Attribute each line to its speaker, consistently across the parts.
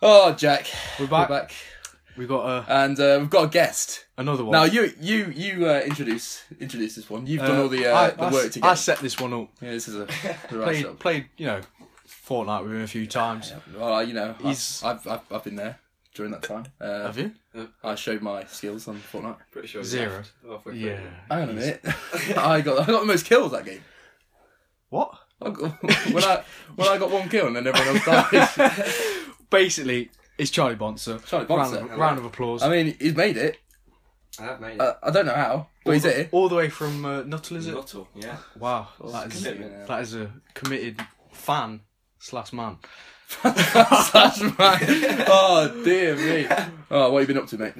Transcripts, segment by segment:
Speaker 1: Oh, Jack,
Speaker 2: We're
Speaker 1: we're
Speaker 2: back.
Speaker 1: back,
Speaker 2: We got uh,
Speaker 1: and uh, we've got a guest.
Speaker 2: another one.
Speaker 1: Now you, you, you uh, introduce introduce this one. You've done all the uh,
Speaker 2: I-
Speaker 1: the
Speaker 2: I
Speaker 1: work
Speaker 2: s-
Speaker 1: together.
Speaker 2: I set this one up.
Speaker 1: yeah, this is a the right
Speaker 2: Played,
Speaker 1: job.
Speaker 2: played, you know, Fortnite with him a few times.
Speaker 1: Well, you know,
Speaker 2: He's-
Speaker 1: I, I've, I've I've been there during that time. Uh,
Speaker 2: Have you?
Speaker 1: I showed my skills on Fortnite.
Speaker 3: Pretty sure it's
Speaker 2: Zero.
Speaker 3: left halfway through.
Speaker 2: Yeah.
Speaker 1: Hang on a minute, I got I got the most kills that game.
Speaker 2: What?
Speaker 1: I got, when I when I got one kill and then everyone else died.
Speaker 2: Basically, it's Charlie Bonser.
Speaker 1: Charlie
Speaker 2: Round
Speaker 1: Bonser.
Speaker 2: of, round of applause.
Speaker 1: I mean, he's made it.
Speaker 3: I have made it.
Speaker 1: Uh, I don't know how, but
Speaker 2: all,
Speaker 1: he's
Speaker 2: the,
Speaker 1: here.
Speaker 2: all the way from uh, Nuttall, is it?
Speaker 3: Nuttall, yeah.
Speaker 2: Wow, that is
Speaker 3: commitment,
Speaker 1: yeah.
Speaker 2: that is a committed fan slash man.
Speaker 1: That's right. Oh dear me. Oh, what have you been up to, mate?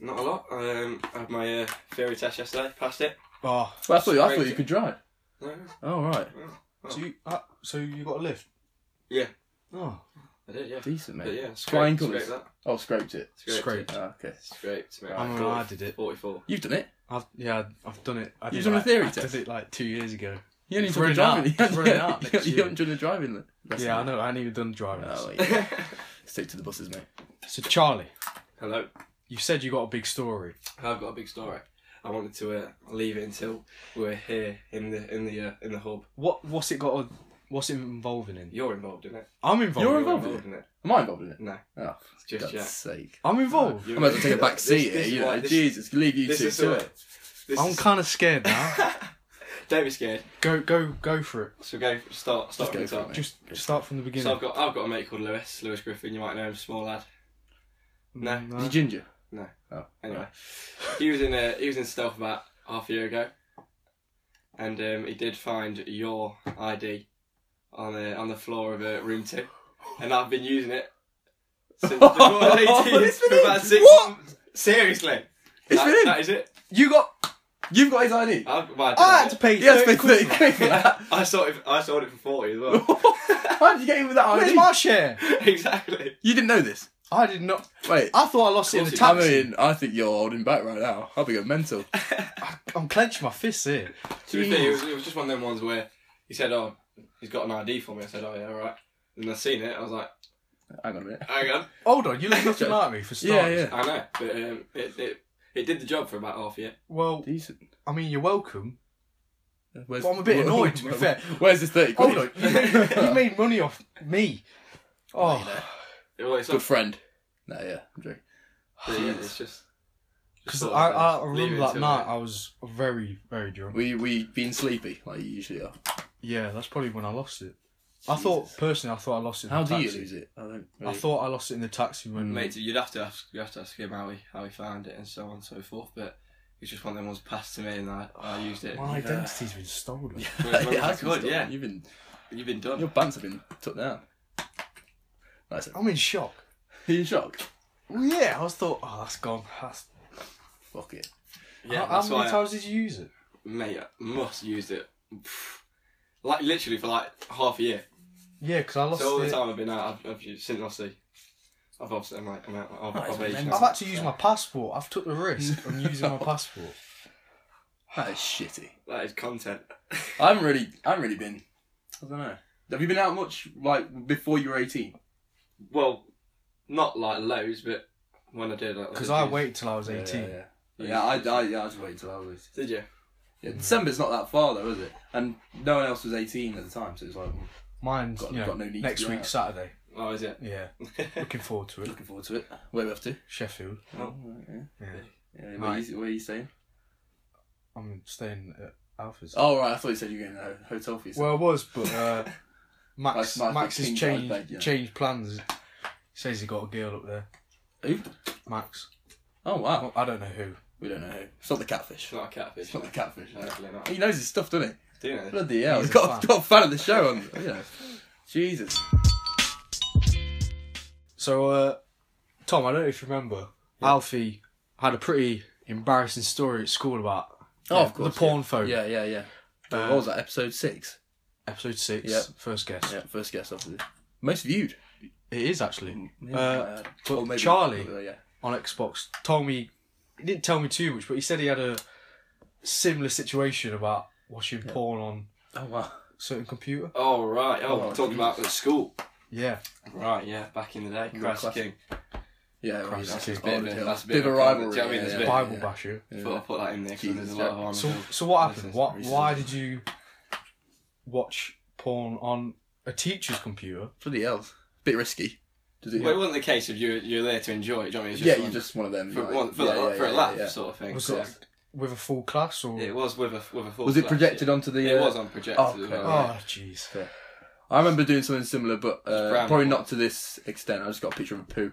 Speaker 3: Not a lot. Um, I had my uh, theory test yesterday, passed it.
Speaker 2: Oh,
Speaker 1: Well, I thought I thought you could drive.
Speaker 3: No,
Speaker 1: Oh right,
Speaker 2: so you uh, so you got a lift?
Speaker 3: Yeah.
Speaker 2: Oh,
Speaker 3: I did, yeah.
Speaker 1: decent
Speaker 3: But
Speaker 1: mate.
Speaker 3: yeah,
Speaker 1: Flying
Speaker 3: scraped,
Speaker 1: colours.
Speaker 3: scraped that.
Speaker 1: Oh, scraped it.
Speaker 3: Scraped.
Speaker 2: Scraped.
Speaker 3: it.
Speaker 1: Ah, okay.
Speaker 3: Scraped. made
Speaker 2: I
Speaker 3: like
Speaker 2: remember I
Speaker 3: 40
Speaker 2: did it.
Speaker 3: 44.
Speaker 1: You've done it.
Speaker 2: I've yeah, I've done it. I
Speaker 1: You've
Speaker 2: did
Speaker 1: done a
Speaker 2: like-
Speaker 1: theory
Speaker 2: I
Speaker 1: test?
Speaker 2: did it like two years ago.
Speaker 1: You only
Speaker 2: It's
Speaker 1: done the
Speaker 2: running out.
Speaker 1: driving.
Speaker 2: It's running out
Speaker 1: you,
Speaker 2: next
Speaker 1: you
Speaker 2: year.
Speaker 1: haven't done the driving. le- lesson.
Speaker 2: yeah, I know. I haven't even done the driving.
Speaker 1: Oh,
Speaker 2: lesson.
Speaker 1: yeah. Stick to the buses, mate.
Speaker 2: So Charlie,
Speaker 3: Hello.
Speaker 2: you said you got a big story.
Speaker 3: I've got a big story. I wanted to uh, leave it until we're here in the in the uh, in the hub.
Speaker 2: What what's it got? to- What's it involving in?
Speaker 3: You're involved in it.
Speaker 2: I'm involved.
Speaker 1: You're involved in it?
Speaker 3: in it.
Speaker 1: Am I involved in it?
Speaker 3: No,
Speaker 1: Oh,
Speaker 3: it's
Speaker 1: for
Speaker 3: just
Speaker 1: God's
Speaker 3: Jack.
Speaker 1: sake.
Speaker 2: I'm involved.
Speaker 1: I might as well take a back seat
Speaker 3: This- this
Speaker 1: here. You
Speaker 3: is why-
Speaker 1: know,
Speaker 3: this-
Speaker 1: Jesus, leave you
Speaker 3: This
Speaker 1: two
Speaker 3: is
Speaker 1: to it.
Speaker 3: it. This
Speaker 2: I'm
Speaker 3: is-
Speaker 2: kind of scared now.
Speaker 3: Don't be scared.
Speaker 2: go go go for it.
Speaker 3: So go start start
Speaker 1: go
Speaker 3: from the
Speaker 1: for it,
Speaker 3: top.
Speaker 1: mate.
Speaker 2: Just start from the beginning.
Speaker 3: So I've got I've got a mate called Lewis, Lewis Griffin. You might know him, small lad.
Speaker 2: Mm,
Speaker 3: No.
Speaker 1: Is he ginger?
Speaker 3: No.
Speaker 1: Oh,
Speaker 3: Anyway, he was in a, he was in stealth about half a year ago, and um, he did find your ID on the on the floor of uh, room two, and I've been using it since before eighteen
Speaker 1: It's been
Speaker 3: for about
Speaker 1: in-
Speaker 3: six
Speaker 1: what?
Speaker 3: months. Seriously,
Speaker 1: It's
Speaker 3: that,
Speaker 1: been in.
Speaker 3: that is it.
Speaker 1: You got, you've got his ID.
Speaker 3: I've,
Speaker 2: I
Speaker 3: well, I,
Speaker 2: had
Speaker 1: Ah,
Speaker 3: didn't
Speaker 2: to
Speaker 3: know
Speaker 2: pay.
Speaker 1: He has to pay
Speaker 2: 30 quid
Speaker 1: thirty
Speaker 2: for that.
Speaker 1: quid for that.
Speaker 3: it. I sold it. I sold it for forty as well.
Speaker 1: How did you get in with that ID?
Speaker 2: Where's Oh, my share?
Speaker 3: exactly.
Speaker 1: You didn't know this.
Speaker 2: I did not.
Speaker 1: Wait,
Speaker 2: I thought I lost it in the
Speaker 3: Of
Speaker 1: I
Speaker 2: taxi.
Speaker 1: mean, I think you're holding back right now. I'll be going mental.
Speaker 2: I'm clenching my fists here.
Speaker 3: To be fair, it was, it was just one of them ones where he said, "Oh, he's got an ID for me." I said, "Oh yeah, all right." And I seen it. I was like,
Speaker 1: Hang on a minute.
Speaker 3: "Hang on."
Speaker 2: Hold on, you look nothing like me for
Speaker 1: Yeah,
Speaker 2: starters.
Speaker 1: yeah.
Speaker 3: I know, but um, it, it it did the job for about half a year.
Speaker 2: Well,
Speaker 1: Decent.
Speaker 2: I mean, you're welcome.
Speaker 1: Where's,
Speaker 2: Well, I'm a bit annoyed, to be fair.
Speaker 1: Where's this 30 quid?
Speaker 2: Hold on, you made, you made money off me. Oh,
Speaker 3: Well, it's
Speaker 1: Good
Speaker 3: not
Speaker 1: friend. No, yeah, I'm joking.
Speaker 3: free, it's just
Speaker 2: because
Speaker 3: sort of
Speaker 2: I,
Speaker 3: like
Speaker 2: I
Speaker 3: leave
Speaker 2: remember
Speaker 3: it
Speaker 2: that
Speaker 3: till
Speaker 2: night.
Speaker 3: then.
Speaker 2: I was very, very drunk.
Speaker 1: We, we been sleepy, like you usually are.
Speaker 2: Yeah, that's probably when I lost it. I thought personally, I thought I lost it. In
Speaker 1: How
Speaker 2: the
Speaker 1: do
Speaker 2: taxi.
Speaker 1: you lose it? I don't
Speaker 2: I
Speaker 1: really... Mm.
Speaker 2: thought I lost it in the taxi when.
Speaker 3: mate. You'd have to ask, you have to ask him how he how he found it and so on and so forth. But it's just one of them ones passed to me and I, I used it.
Speaker 2: My identity's been stolen.
Speaker 3: Whereas when
Speaker 1: Yeah,
Speaker 3: I was
Speaker 1: that's
Speaker 3: good,
Speaker 1: good,
Speaker 3: yeah.
Speaker 1: You've been,
Speaker 3: You've been done.
Speaker 1: your pants have been took down. Nice. Are
Speaker 2: I'm in shock.
Speaker 1: you in shock?
Speaker 2: Well, yeah, I was thought, oh, that's gone. That's...
Speaker 1: Fuck it.
Speaker 3: Yeah,
Speaker 2: how,
Speaker 3: that's
Speaker 2: how many
Speaker 3: why, I,
Speaker 2: times did you use it?
Speaker 3: mate. I must used it. Pff, Like literally for like half a year.
Speaker 2: Yeah, because I lost
Speaker 3: So all the
Speaker 2: it.
Speaker 3: time I've been out, I've, I've used, since obviously, I've obviously I'm like I'm out of,
Speaker 1: That is
Speaker 3: of age
Speaker 1: mental.
Speaker 3: now.
Speaker 2: I've had to use my passport. I've took the risk. I'm using my passport.
Speaker 1: That is shitty.
Speaker 3: That is content.
Speaker 1: I haven't really, I haven't really been. I don't know. Have you been out much like before you were eighteen?
Speaker 3: Well, not like loads, but when I did,
Speaker 2: Because I waited till I was 18.
Speaker 1: Yeah, yeah. yeah I, I, yeah, I just waited till I was.
Speaker 3: Did you?
Speaker 1: Yeah, December's not that far though, is it? And no one else was eighteen at the time, so it's like I'm
Speaker 2: Mine's
Speaker 1: Got-
Speaker 2: you know,
Speaker 1: got no need
Speaker 2: next
Speaker 1: to
Speaker 2: week,
Speaker 1: ask.
Speaker 2: Saturday.
Speaker 3: Oh, is it?
Speaker 2: Yeah. Looking forward to it.
Speaker 1: looking forward to it. Where are we off to?
Speaker 2: Sheffield.
Speaker 3: Oh.
Speaker 1: yeah.
Speaker 2: Yeah.
Speaker 1: Yeah, where,
Speaker 2: Right.
Speaker 1: you, where you staying?
Speaker 2: I'm staying at Alpha's.
Speaker 1: Oh right, I thought you said you were going to a hotel for yourself.
Speaker 2: Well, I was, but uh, Max
Speaker 1: That's nice,
Speaker 2: Max
Speaker 1: big
Speaker 2: has
Speaker 1: pink
Speaker 2: changed
Speaker 1: bag, yeah.
Speaker 2: changed plans. He says he got a girl up there.
Speaker 1: Who?
Speaker 2: Max.
Speaker 1: Oh wow,
Speaker 2: Well, I don't know who.
Speaker 1: we don't know who. It's not the catfish.
Speaker 3: It's not a catfish.
Speaker 1: It's not the catfish.
Speaker 3: No, definitely not.
Speaker 1: He knows his stuff, doesn't he?
Speaker 3: Do you know?
Speaker 1: Bloody hell,
Speaker 2: He's
Speaker 1: he's
Speaker 2: a
Speaker 1: got,
Speaker 2: fan.
Speaker 1: got a fan of the show on. You know, Jesus.
Speaker 2: So, uh, Tom, I don't know if you remember. Alfie had a pretty embarrassing story at school about
Speaker 1: Oh,
Speaker 2: yeah,
Speaker 1: of course,
Speaker 2: the porn phone.
Speaker 1: Yeah, yeah, yeah.
Speaker 2: Uh,
Speaker 1: what was that? Episode six.
Speaker 2: Episode six,
Speaker 1: Yeah.
Speaker 2: first guest.
Speaker 1: Yeah, first guest after this. Most viewed.
Speaker 2: It is actually
Speaker 1: Yeah,
Speaker 2: Uh,
Speaker 1: yeah.
Speaker 2: but
Speaker 1: Or maybe-
Speaker 2: Charlie-
Speaker 1: uh, yeah.
Speaker 2: on Xbox. Told me he didn't tell me too much, but he said he had a similar situation about watching porn on
Speaker 1: Oh wow.
Speaker 2: certain computer.
Speaker 3: Oh right. Oh,
Speaker 1: Oh,
Speaker 3: we're talking about at school.
Speaker 2: Yeah.
Speaker 3: Right, yeah, back in the day,
Speaker 1: Yeah,
Speaker 3: Crash the
Speaker 1: classic.
Speaker 3: King.
Speaker 1: Yeah, well,
Speaker 2: Christ,
Speaker 1: that's
Speaker 2: that's
Speaker 1: a
Speaker 3: a
Speaker 1: bit
Speaker 3: bit-
Speaker 1: of a-
Speaker 3: that's a bit
Speaker 1: bit of a
Speaker 3: of a-
Speaker 1: rivalry.
Speaker 3: do you know what I mean? There's a bit-
Speaker 1: yeah,
Speaker 2: Bible
Speaker 1: yeah.
Speaker 2: basher.
Speaker 3: Thought I'd put that in there 'cause
Speaker 1: Jesus,
Speaker 3: there's a lot of
Speaker 1: yeah.
Speaker 3: harm.
Speaker 2: So
Speaker 3: involved.
Speaker 2: so what
Speaker 3: This
Speaker 2: happened?
Speaker 3: is
Speaker 2: What?
Speaker 1: racist.
Speaker 2: Why did you watch porn on a teacher's computer?
Speaker 1: Bloody hell. Bit risky. Does it?
Speaker 3: Well, it wasn't the case of you. You're there to enjoy it. Do you know what I mean? It's
Speaker 1: yeah,
Speaker 3: one-
Speaker 1: you're just one of them.
Speaker 3: for,
Speaker 1: like-
Speaker 3: one- for,
Speaker 1: yeah,
Speaker 3: a, la-
Speaker 1: yeah,
Speaker 3: for a
Speaker 1: yeah,
Speaker 3: laugh
Speaker 1: yeah.
Speaker 3: sort of thing.
Speaker 2: Was
Speaker 3: yeah.
Speaker 2: it with a full class or?
Speaker 3: It was with a with a full.
Speaker 1: Was it
Speaker 3: flash,
Speaker 1: projected onto
Speaker 3: Yeah.
Speaker 1: the?
Speaker 3: It
Speaker 1: uh,
Speaker 3: was on projected.
Speaker 1: oh,
Speaker 3: uh, as
Speaker 1: okay.
Speaker 3: well, yeah.
Speaker 2: Oh jeez.
Speaker 1: I remember doing something similar, but uh,
Speaker 3: brown.
Speaker 1: probably not to this extent. I just got a picture of a poo.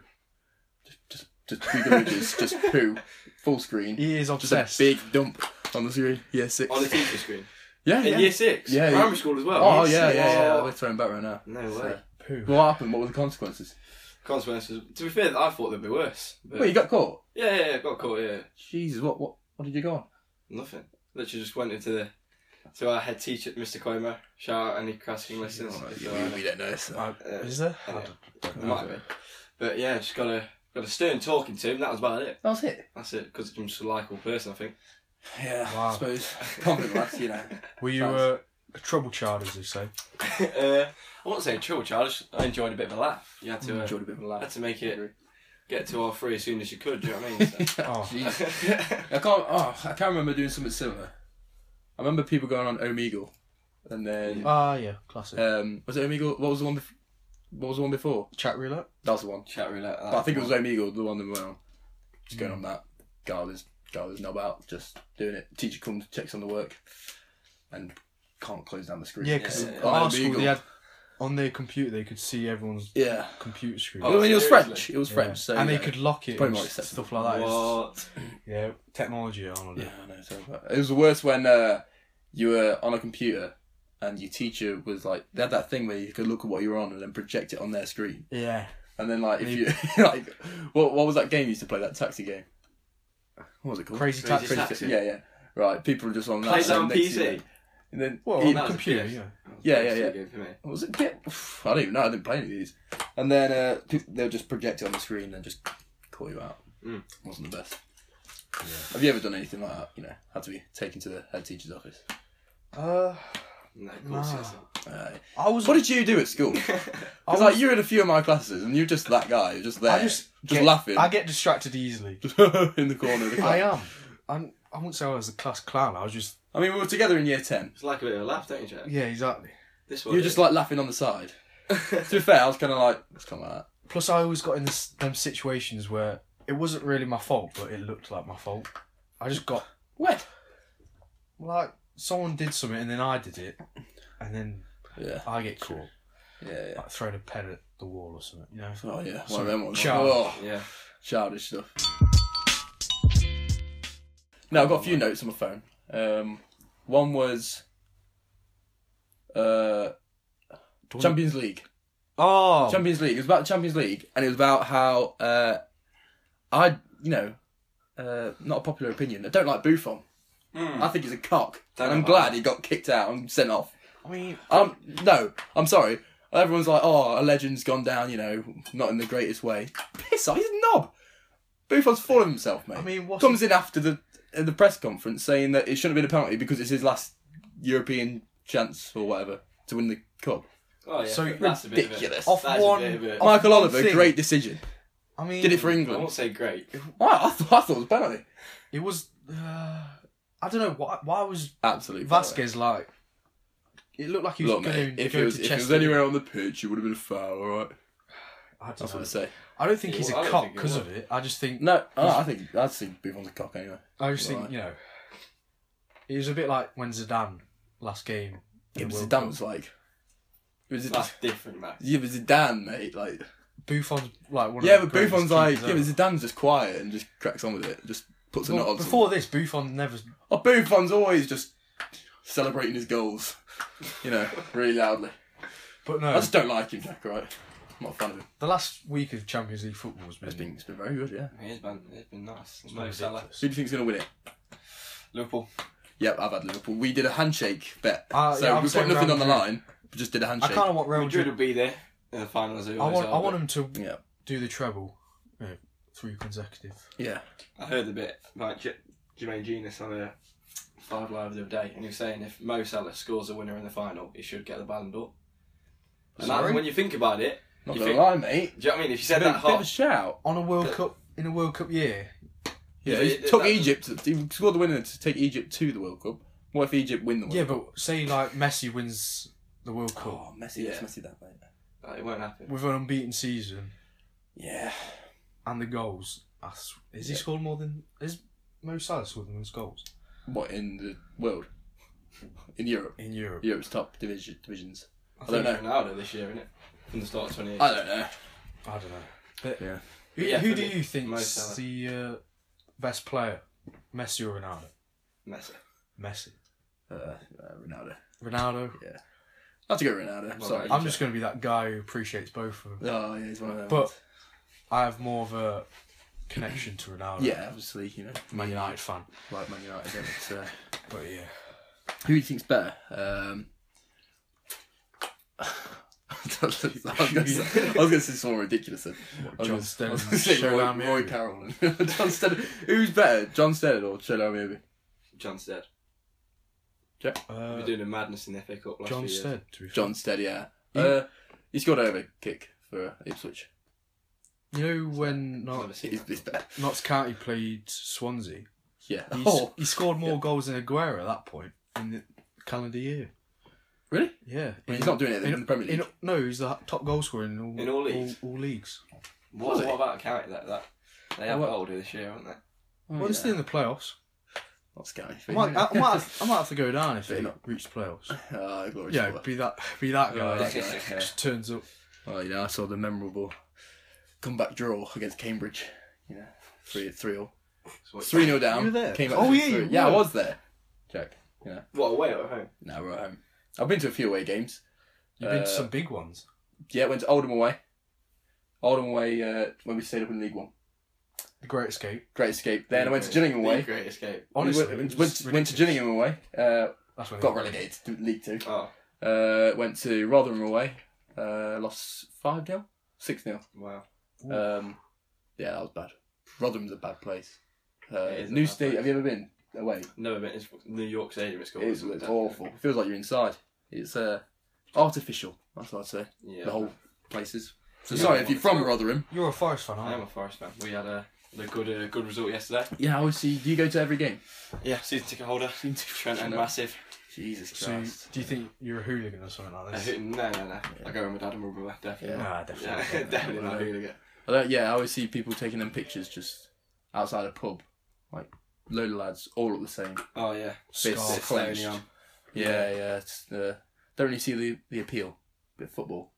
Speaker 1: Just, just, just Google images, just poo, full screen,
Speaker 2: He is
Speaker 1: just
Speaker 2: obsessed.
Speaker 1: a big dump on the screen. Yeah, six.
Speaker 3: On the teacher screen
Speaker 1: Oh, yeah,
Speaker 3: in
Speaker 1: yeah.
Speaker 3: year six.
Speaker 1: Yeah,
Speaker 3: primary
Speaker 1: yeah.
Speaker 3: school as well.
Speaker 1: Oh
Speaker 3: Year
Speaker 1: yeah,
Speaker 3: six.
Speaker 1: yeah, yeah.
Speaker 3: Oh,
Speaker 1: We're throwing back right now.
Speaker 3: No
Speaker 1: So-
Speaker 3: way.
Speaker 2: poo.
Speaker 1: What happened? What were the consequences?
Speaker 3: Consequences. To be fair, I thought they'd be worse. But
Speaker 1: Wait, you got caught.
Speaker 3: yeah, yeah, yeah, got caught. Yeah,
Speaker 1: Jesus, what, what, what did you go on?
Speaker 3: nothing. Literally just went into the to our head teacher, Mr. Coimer. Shout out any crashing listeners. if they're on it.
Speaker 1: don't know. So.
Speaker 2: Uh, is there?
Speaker 3: I don't
Speaker 1: don't
Speaker 3: Might
Speaker 1: know.
Speaker 3: be. But yeah, just got a got a stern talking to him. That was about it.
Speaker 1: That was it.
Speaker 3: That's it. Because I'm just a likable person, I think.
Speaker 1: Yeah,
Speaker 2: Wow.
Speaker 1: I suppose. Confident lads, you know.
Speaker 2: Were you
Speaker 1: Sounds-
Speaker 2: uh, a trouble child, as they say?
Speaker 3: uh, I wouldn't say trouble, child. I, just, I enjoyed a bit of a laugh. You had to uh,
Speaker 1: Enjoyed a bit of a
Speaker 3: had
Speaker 1: laugh.
Speaker 3: to make it get to all three as soon as you could. Do you know what I mean? So-
Speaker 2: Oh.
Speaker 1: Jeez. I can't. Oh, I can't remember doing something similar. I remember people going on Omegle, and then
Speaker 2: Ah, yeah, classic.
Speaker 1: um, was it Omegle? What was the one? Bef- what was the one before?
Speaker 2: Chat roulette.
Speaker 1: That was the one.
Speaker 3: Chat roulette. that
Speaker 1: But I think it was Omegle, the one that we went on. Just going
Speaker 2: Hmm.
Speaker 1: on that. Garthers, Garthers knob out, just doing it. Teacher comes, checks on the work, and can't close down the screen.
Speaker 2: Yeah, because
Speaker 3: yeah,
Speaker 2: at
Speaker 1: yeah.
Speaker 2: our
Speaker 1: Illegal.
Speaker 2: school they had on their computer they could see everyone's
Speaker 1: Yeah.
Speaker 2: computer screen.
Speaker 3: Oh,
Speaker 1: Well, I mean, it was
Speaker 3: seriously?
Speaker 1: French. It was
Speaker 2: Yeah.
Speaker 1: French, so
Speaker 2: and
Speaker 1: you know.
Speaker 2: they could lock it
Speaker 1: probably
Speaker 2: and
Speaker 1: more
Speaker 2: s-
Speaker 1: acceptable.
Speaker 2: stuff like that. It's-
Speaker 3: What?
Speaker 2: Yeah, technology on it.
Speaker 1: Yeah, I know. it's all right. It was the worst when uh, you were on a computer and your teacher was like, they had that thing where you could look at what you were on and then project it on their screen.
Speaker 2: Yeah.
Speaker 1: And then, like, if you, like, what, what was that game you used to play? That taxi game? What was it called?
Speaker 2: Crazy taxi.
Speaker 3: Crazy taxi.
Speaker 1: Yeah, yeah. Right, people were just on that.
Speaker 3: Play that
Speaker 1: and
Speaker 3: on
Speaker 1: next to
Speaker 3: PC?
Speaker 1: you- And then,
Speaker 2: Well,
Speaker 1: it-
Speaker 2: on
Speaker 3: that
Speaker 2: a
Speaker 3: was a
Speaker 2: computer,
Speaker 3: PS.
Speaker 2: yeah.
Speaker 1: Yeah, yeah, yeah.
Speaker 3: Game for me.
Speaker 1: what was it? Yeah, I don't even know. I didn't play any of these. And then uh, peop they'll just project it on the screen and just call you out.
Speaker 3: Mm.
Speaker 1: Wasn't the best. Have you ever done anything like that? You know, had to be taken to the head teacher's office.
Speaker 2: Uh,
Speaker 3: No, of
Speaker 2: Nah.
Speaker 3: course it isn't.
Speaker 1: Aye.
Speaker 2: I was.
Speaker 1: What did you do at school?
Speaker 2: I
Speaker 1: Because
Speaker 2: was-
Speaker 1: like you were in a few of my classes, and you're just that guy, you're just there,
Speaker 2: I
Speaker 1: just,
Speaker 2: just get-
Speaker 1: laughing,
Speaker 2: I get distracted easily.
Speaker 1: just in the corner. Of the
Speaker 2: I
Speaker 1: class.
Speaker 2: am. I'm, I wouldn't say I was a class clown. I was just.
Speaker 1: I mean, we were together in year ten.
Speaker 3: It's like a bit of a laugh, don't you, Jack?
Speaker 2: Yeah, exactly.
Speaker 3: This
Speaker 1: You
Speaker 3: one.
Speaker 1: were just like laughing on the side. to be fair, I was kind of like, it's kind of like that.
Speaker 2: Plus, I always got in this, them situations where it wasn't really my fault, but it looked like my fault. I just got
Speaker 1: Wet.
Speaker 2: like someone did something and then I did it, and then
Speaker 1: Yeah,
Speaker 2: I get caught,
Speaker 1: yeah, yeah.
Speaker 2: like throwing a pen at the wall or something. You know.
Speaker 1: Oh yeah, one
Speaker 2: Sorry.
Speaker 1: of them ones.
Speaker 2: Child.
Speaker 1: Oh,
Speaker 3: yeah.
Speaker 1: childish stuff. Now I've got a few notes on my phone. Um, one was uh, Champions League.
Speaker 2: Oh.
Speaker 1: Champions League. It was about Champions League, and it was about how uh, I, you know, uh, not a popular opinion. I don't like Buffon. I think he's a cock,
Speaker 3: Don't
Speaker 1: and I'm
Speaker 3: like
Speaker 1: glad he got kicked out and sent off.
Speaker 2: I mean,
Speaker 1: Um, no, I'm sorry. Everyone's like, oh, a legend's gone down. You know, not in the greatest way. Piss off. He's a knob. Buffon's full of himself, mate.
Speaker 2: I mean, what's-
Speaker 1: comes in after the at the press conference saying that it shouldn't have been a penalty because it's his last European chance or whatever to win the cup.
Speaker 3: Oh, yeah.
Speaker 2: So
Speaker 3: that's a bit
Speaker 1: ridiculous.
Speaker 3: Of
Speaker 2: Off
Speaker 3: a, that's
Speaker 2: one-
Speaker 3: A bit of a,
Speaker 2: off-
Speaker 1: Michael
Speaker 2: one
Speaker 1: Oliver,
Speaker 2: thing.
Speaker 1: great decision.
Speaker 2: I mean,
Speaker 1: Did it for
Speaker 3: I
Speaker 1: England.
Speaker 3: won't say great.
Speaker 1: Wow, I thought, I thought it was penalty.
Speaker 2: It was. Uh, I don't know why. Why was
Speaker 1: Absolutely.
Speaker 2: Vasquez like? It looked like he was
Speaker 1: Look,
Speaker 2: going
Speaker 1: mate, if
Speaker 2: go
Speaker 1: it, was,
Speaker 2: to
Speaker 1: if it was
Speaker 2: Chester.
Speaker 1: anywhere on the pitch, it would have been a foul, alright?
Speaker 2: I don't,
Speaker 1: That's what I
Speaker 2: know.
Speaker 1: say.
Speaker 2: I don't think he's
Speaker 3: I
Speaker 2: a
Speaker 3: don't
Speaker 2: cock
Speaker 3: think he
Speaker 2: because
Speaker 3: was.
Speaker 2: of it. I just think.
Speaker 1: No, oh, I think I'd see Buffon's a cock anyway.
Speaker 2: I just
Speaker 1: Right.
Speaker 2: think you know. It was a bit like when Zidane last game. in
Speaker 1: It
Speaker 2: the
Speaker 1: was Zidane
Speaker 2: World Cup.
Speaker 1: was like. It was
Speaker 3: That's
Speaker 1: Zidane,
Speaker 3: different, man.
Speaker 1: yeah, but Zidane, mate. Like,
Speaker 2: Buffon's like one.
Speaker 1: yeah,
Speaker 2: of the
Speaker 1: but Buffon's
Speaker 2: greatest
Speaker 1: like,
Speaker 2: keepers
Speaker 1: yeah, but
Speaker 2: ever.
Speaker 1: Zidane's just quiet and just cracks on with it. Just puts a knot
Speaker 2: Well,
Speaker 1: on.
Speaker 2: before this, Buffon never.
Speaker 1: someone. oh, Buffon's always just celebrating his goals, you know, really loudly.
Speaker 2: But
Speaker 1: I
Speaker 2: no,
Speaker 1: just don't like him, Jack. all Right? I'm not a fan of him.
Speaker 2: the last week of Champions League football has
Speaker 1: It's
Speaker 2: been.
Speaker 1: been, it's been very good, yeah.
Speaker 3: It's been, it's been nice.
Speaker 2: it's been
Speaker 3: Mo Salah.
Speaker 2: ridiculous.
Speaker 1: Who do you think's gonna win it?
Speaker 3: Liverpool.
Speaker 1: Yep, I've had Liverpool. We did a handshake bet.
Speaker 2: Uh,
Speaker 1: so
Speaker 2: yeah, I'm
Speaker 1: we put
Speaker 2: saying
Speaker 1: nothing on
Speaker 2: Real
Speaker 1: the
Speaker 2: Madrid.
Speaker 1: line. We just did a
Speaker 2: I
Speaker 1: handshake.
Speaker 2: kind of want Real
Speaker 3: Madrid
Speaker 2: Madrid.
Speaker 3: will be there in the final as they
Speaker 2: I
Speaker 3: always
Speaker 2: want.
Speaker 3: are,
Speaker 2: I want
Speaker 3: but
Speaker 2: him to
Speaker 1: Yeah,
Speaker 2: do the treble. Yeah, three consecutive.
Speaker 1: yeah.
Speaker 3: I heard a bit about J- Jermaine Genius on a Five Live the other day, and he was saying if Mo Salah scores a winner in the final, he should get the Ballon d'Or. And that,
Speaker 2: Sorry?
Speaker 3: when you think about it,
Speaker 1: Not
Speaker 3: You
Speaker 1: gonna
Speaker 3: think-
Speaker 1: lie, mate.
Speaker 3: Do you know what I mean? If you said
Speaker 1: bit,
Speaker 3: that
Speaker 1: bit of a
Speaker 3: hot,
Speaker 1: shout.
Speaker 2: on a World
Speaker 3: But-
Speaker 2: Cup in a World Cup year.
Speaker 1: Yeah,
Speaker 3: Yeah,
Speaker 1: he
Speaker 3: it-
Speaker 1: took
Speaker 3: that-
Speaker 1: Egypt. He scored the winner to take Egypt to the World Cup. What if Egypt win the World
Speaker 2: Yeah,
Speaker 1: Cup?
Speaker 2: but say like Messi wins the World Cup
Speaker 1: Oh, messy. That's
Speaker 3: Yeah.
Speaker 1: messy. That mate.
Speaker 3: like, oh, it won't happen.
Speaker 2: with an unbeaten season
Speaker 1: Yeah.
Speaker 2: and the goals. That's, has he
Speaker 1: Yeah.
Speaker 2: scored more than is Mo Salah scored the most goals
Speaker 1: What in the world? In Europe,
Speaker 2: in Europe?
Speaker 1: Europe's top division divisions.
Speaker 3: I
Speaker 1: don't
Speaker 3: think Ronaldo this year, innit? From the start of 28.
Speaker 1: I don't know.
Speaker 2: I don't know. But
Speaker 1: Yeah.
Speaker 2: Who,
Speaker 3: Yeah,
Speaker 2: who
Speaker 3: for
Speaker 2: do
Speaker 3: me,
Speaker 2: you
Speaker 3: Mo
Speaker 2: think's
Speaker 3: Salah.
Speaker 2: the uh, best player, Messi or Ronaldo?
Speaker 3: Messi.
Speaker 2: Messi,
Speaker 1: Uh, uh, Ronaldo.
Speaker 2: Ronaldo.
Speaker 1: I have to go Ronaldo.
Speaker 3: Well,
Speaker 1: Sorry.
Speaker 3: mate.
Speaker 2: I'm just going to be that guy who appreciates both of them.
Speaker 1: Oh yeah, he's one of them.
Speaker 2: But- I have more of a connection to Ronaldo.
Speaker 1: yeah, obviously, you know,
Speaker 2: I'm a United fan.
Speaker 1: like Man United. uh, don't it? So,
Speaker 2: But yeah,
Speaker 1: who do you think's better? Um, I was going to say someone ridiculous. then. I was
Speaker 2: John
Speaker 1: gonna-
Speaker 2: Stones,
Speaker 1: I was gonna say
Speaker 2: Shola
Speaker 1: Roy, Roy
Speaker 2: Amiri.
Speaker 1: Carroll. and- John Stead. Who's better, John Stead or Chelo maybe?
Speaker 3: John's dead. We're
Speaker 2: uh,
Speaker 3: doing a madness in the FA Cup last
Speaker 2: John
Speaker 3: few years.
Speaker 2: Stead. To be fair.
Speaker 1: John Stead, yeah. Uh, he scored over kick for Ipswich.
Speaker 2: You know when
Speaker 3: I've
Speaker 2: not
Speaker 3: never seen
Speaker 1: He's,
Speaker 3: that.
Speaker 1: he's better.
Speaker 2: Notts County played Swansea.
Speaker 1: Yeah.
Speaker 2: He, s-
Speaker 1: Oh,
Speaker 2: he scored more goals than Aguero at that point in the calendar year.
Speaker 1: really?
Speaker 2: Yeah,
Speaker 1: He's not doing it in, the Premier League.
Speaker 2: in- no, he's the top goal scorer in all
Speaker 3: In all leagues?
Speaker 2: All, all leagues.
Speaker 1: Was
Speaker 3: What,
Speaker 1: it?
Speaker 3: what about County? That, that, they have
Speaker 1: What?
Speaker 3: older this year, aren't they?
Speaker 1: Oh,
Speaker 2: well, he's
Speaker 1: yeah.
Speaker 2: still in the playoffs.
Speaker 1: Not scary.
Speaker 2: I might, I, might have, I might have to go down if
Speaker 1: But
Speaker 2: they
Speaker 1: not-
Speaker 2: reach the playoffs.
Speaker 1: Ah, glorious
Speaker 2: Yeah,
Speaker 1: sport.
Speaker 2: be that be that guy.
Speaker 1: Oh, that
Speaker 2: that
Speaker 3: guy.
Speaker 2: Just turns up.
Speaker 1: Oh, you know, I saw the memorable comeback draw against Cambridge. You know, three three all,
Speaker 3: So what-
Speaker 1: three 0 down.
Speaker 2: You were there?
Speaker 1: Came back
Speaker 2: Oh,
Speaker 1: three-
Speaker 2: yeah, you
Speaker 1: three- yeah, I
Speaker 2: were.
Speaker 1: was there. Jack,
Speaker 3: What, away or at home?
Speaker 1: no, we're at home. I've been to a few away games.
Speaker 2: You've been
Speaker 1: Uh,
Speaker 2: to some big ones.
Speaker 1: Yeah, went to Oldham away. Oldham away uh, when we stayed up in League One.
Speaker 2: The Great Escape.
Speaker 1: Great escape. Then I went to
Speaker 3: The
Speaker 1: Gillingham
Speaker 3: Great-
Speaker 1: away.
Speaker 3: the Great escape.
Speaker 2: Honestly,
Speaker 1: we
Speaker 2: it
Speaker 1: went,
Speaker 2: was
Speaker 1: went, went to
Speaker 2: ridiculous.
Speaker 1: Gillingham away. Uh,
Speaker 2: That's when they
Speaker 1: got
Speaker 2: were-
Speaker 1: relegated to League Two.
Speaker 3: Oh,
Speaker 1: Uh, went to Rotherham away. Uh, lost five 0 six 0
Speaker 3: wow.
Speaker 2: Ooh.
Speaker 1: Um, yeah, that was bad. Rotherham's a bad place.
Speaker 3: It
Speaker 1: Uh,
Speaker 3: is a
Speaker 1: new
Speaker 3: bad
Speaker 1: state.
Speaker 3: place.
Speaker 1: Have you ever been away?
Speaker 3: Never been. It's New York Stadium, it's called.
Speaker 1: It's,
Speaker 3: isn't
Speaker 1: it's
Speaker 3: it?
Speaker 1: awful. It feels like you're inside. It's uh, artificial. That's what I'd say.
Speaker 3: Yeah.
Speaker 1: The whole place is. So
Speaker 3: Yeah.
Speaker 1: sorry if you're from Rotherham.
Speaker 2: You're a Forest fan,
Speaker 3: I am
Speaker 2: aren't
Speaker 3: a Forest fan. We had a, the good uh, good result yesterday.
Speaker 1: Yeah, I would see. Do you go to every game?
Speaker 3: Yeah, season ticket holder. Trent and
Speaker 1: No.
Speaker 3: Massive.
Speaker 1: Jesus
Speaker 2: you? So, you-
Speaker 1: Christ.
Speaker 2: do you think you're a hooligan or something like
Speaker 3: No,
Speaker 2: this?
Speaker 3: no, Uh, no. I go with my dad and my brother, definitely.
Speaker 1: Yeah.
Speaker 2: Nah,
Speaker 3: Yeah,
Speaker 2: definitely. not.
Speaker 3: definitely not going to get.
Speaker 1: I don't, yeah, I always see people taking them pictures just outside a pub, like load of lads, all look the same.
Speaker 3: Oh yeah,
Speaker 1: All
Speaker 3: Sit
Speaker 2: Scarf.
Speaker 1: clenched.
Speaker 3: slowly on.
Speaker 1: Yeah, yeah. It's, uh, don't really see the, the appeal with football.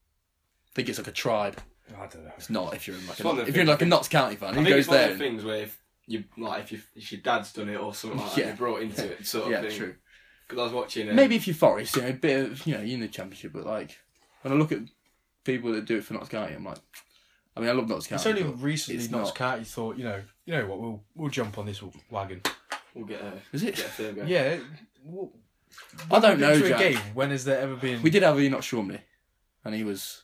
Speaker 1: I think it's like a tribe.
Speaker 2: I don't know.
Speaker 1: It's not if you're in like
Speaker 3: It's one
Speaker 1: a,
Speaker 3: of the
Speaker 1: if you're in like a Notts County fan.
Speaker 3: I
Speaker 1: Who
Speaker 3: think
Speaker 1: goes
Speaker 3: it's one
Speaker 1: there?
Speaker 3: of the
Speaker 1: and-
Speaker 3: things where if you like if, you, if your dad's done it or something like that,
Speaker 1: Yeah.
Speaker 3: you're brought into it sort of
Speaker 1: yeah,
Speaker 3: thing.
Speaker 1: true.
Speaker 3: Because I was watching. Um,
Speaker 1: Maybe if you're Forest, you know, a bit of you know, you're in the Championship, but like when I look at people that do it for Notts County, I'm like, I mean, I love Notts County.
Speaker 2: It's only
Speaker 1: but
Speaker 2: recently
Speaker 1: it's
Speaker 2: Notts
Speaker 1: not.
Speaker 2: County thought, you know, you know what, we'll we'll jump on this w- wagon.
Speaker 3: we'll get a
Speaker 1: is
Speaker 3: get a
Speaker 1: it?
Speaker 3: third go.
Speaker 2: Yeah, w-
Speaker 1: I don't
Speaker 2: been
Speaker 1: know.
Speaker 2: to a
Speaker 1: Jack.
Speaker 2: game. When has there ever been
Speaker 1: We did have Enoch Shormley, and he was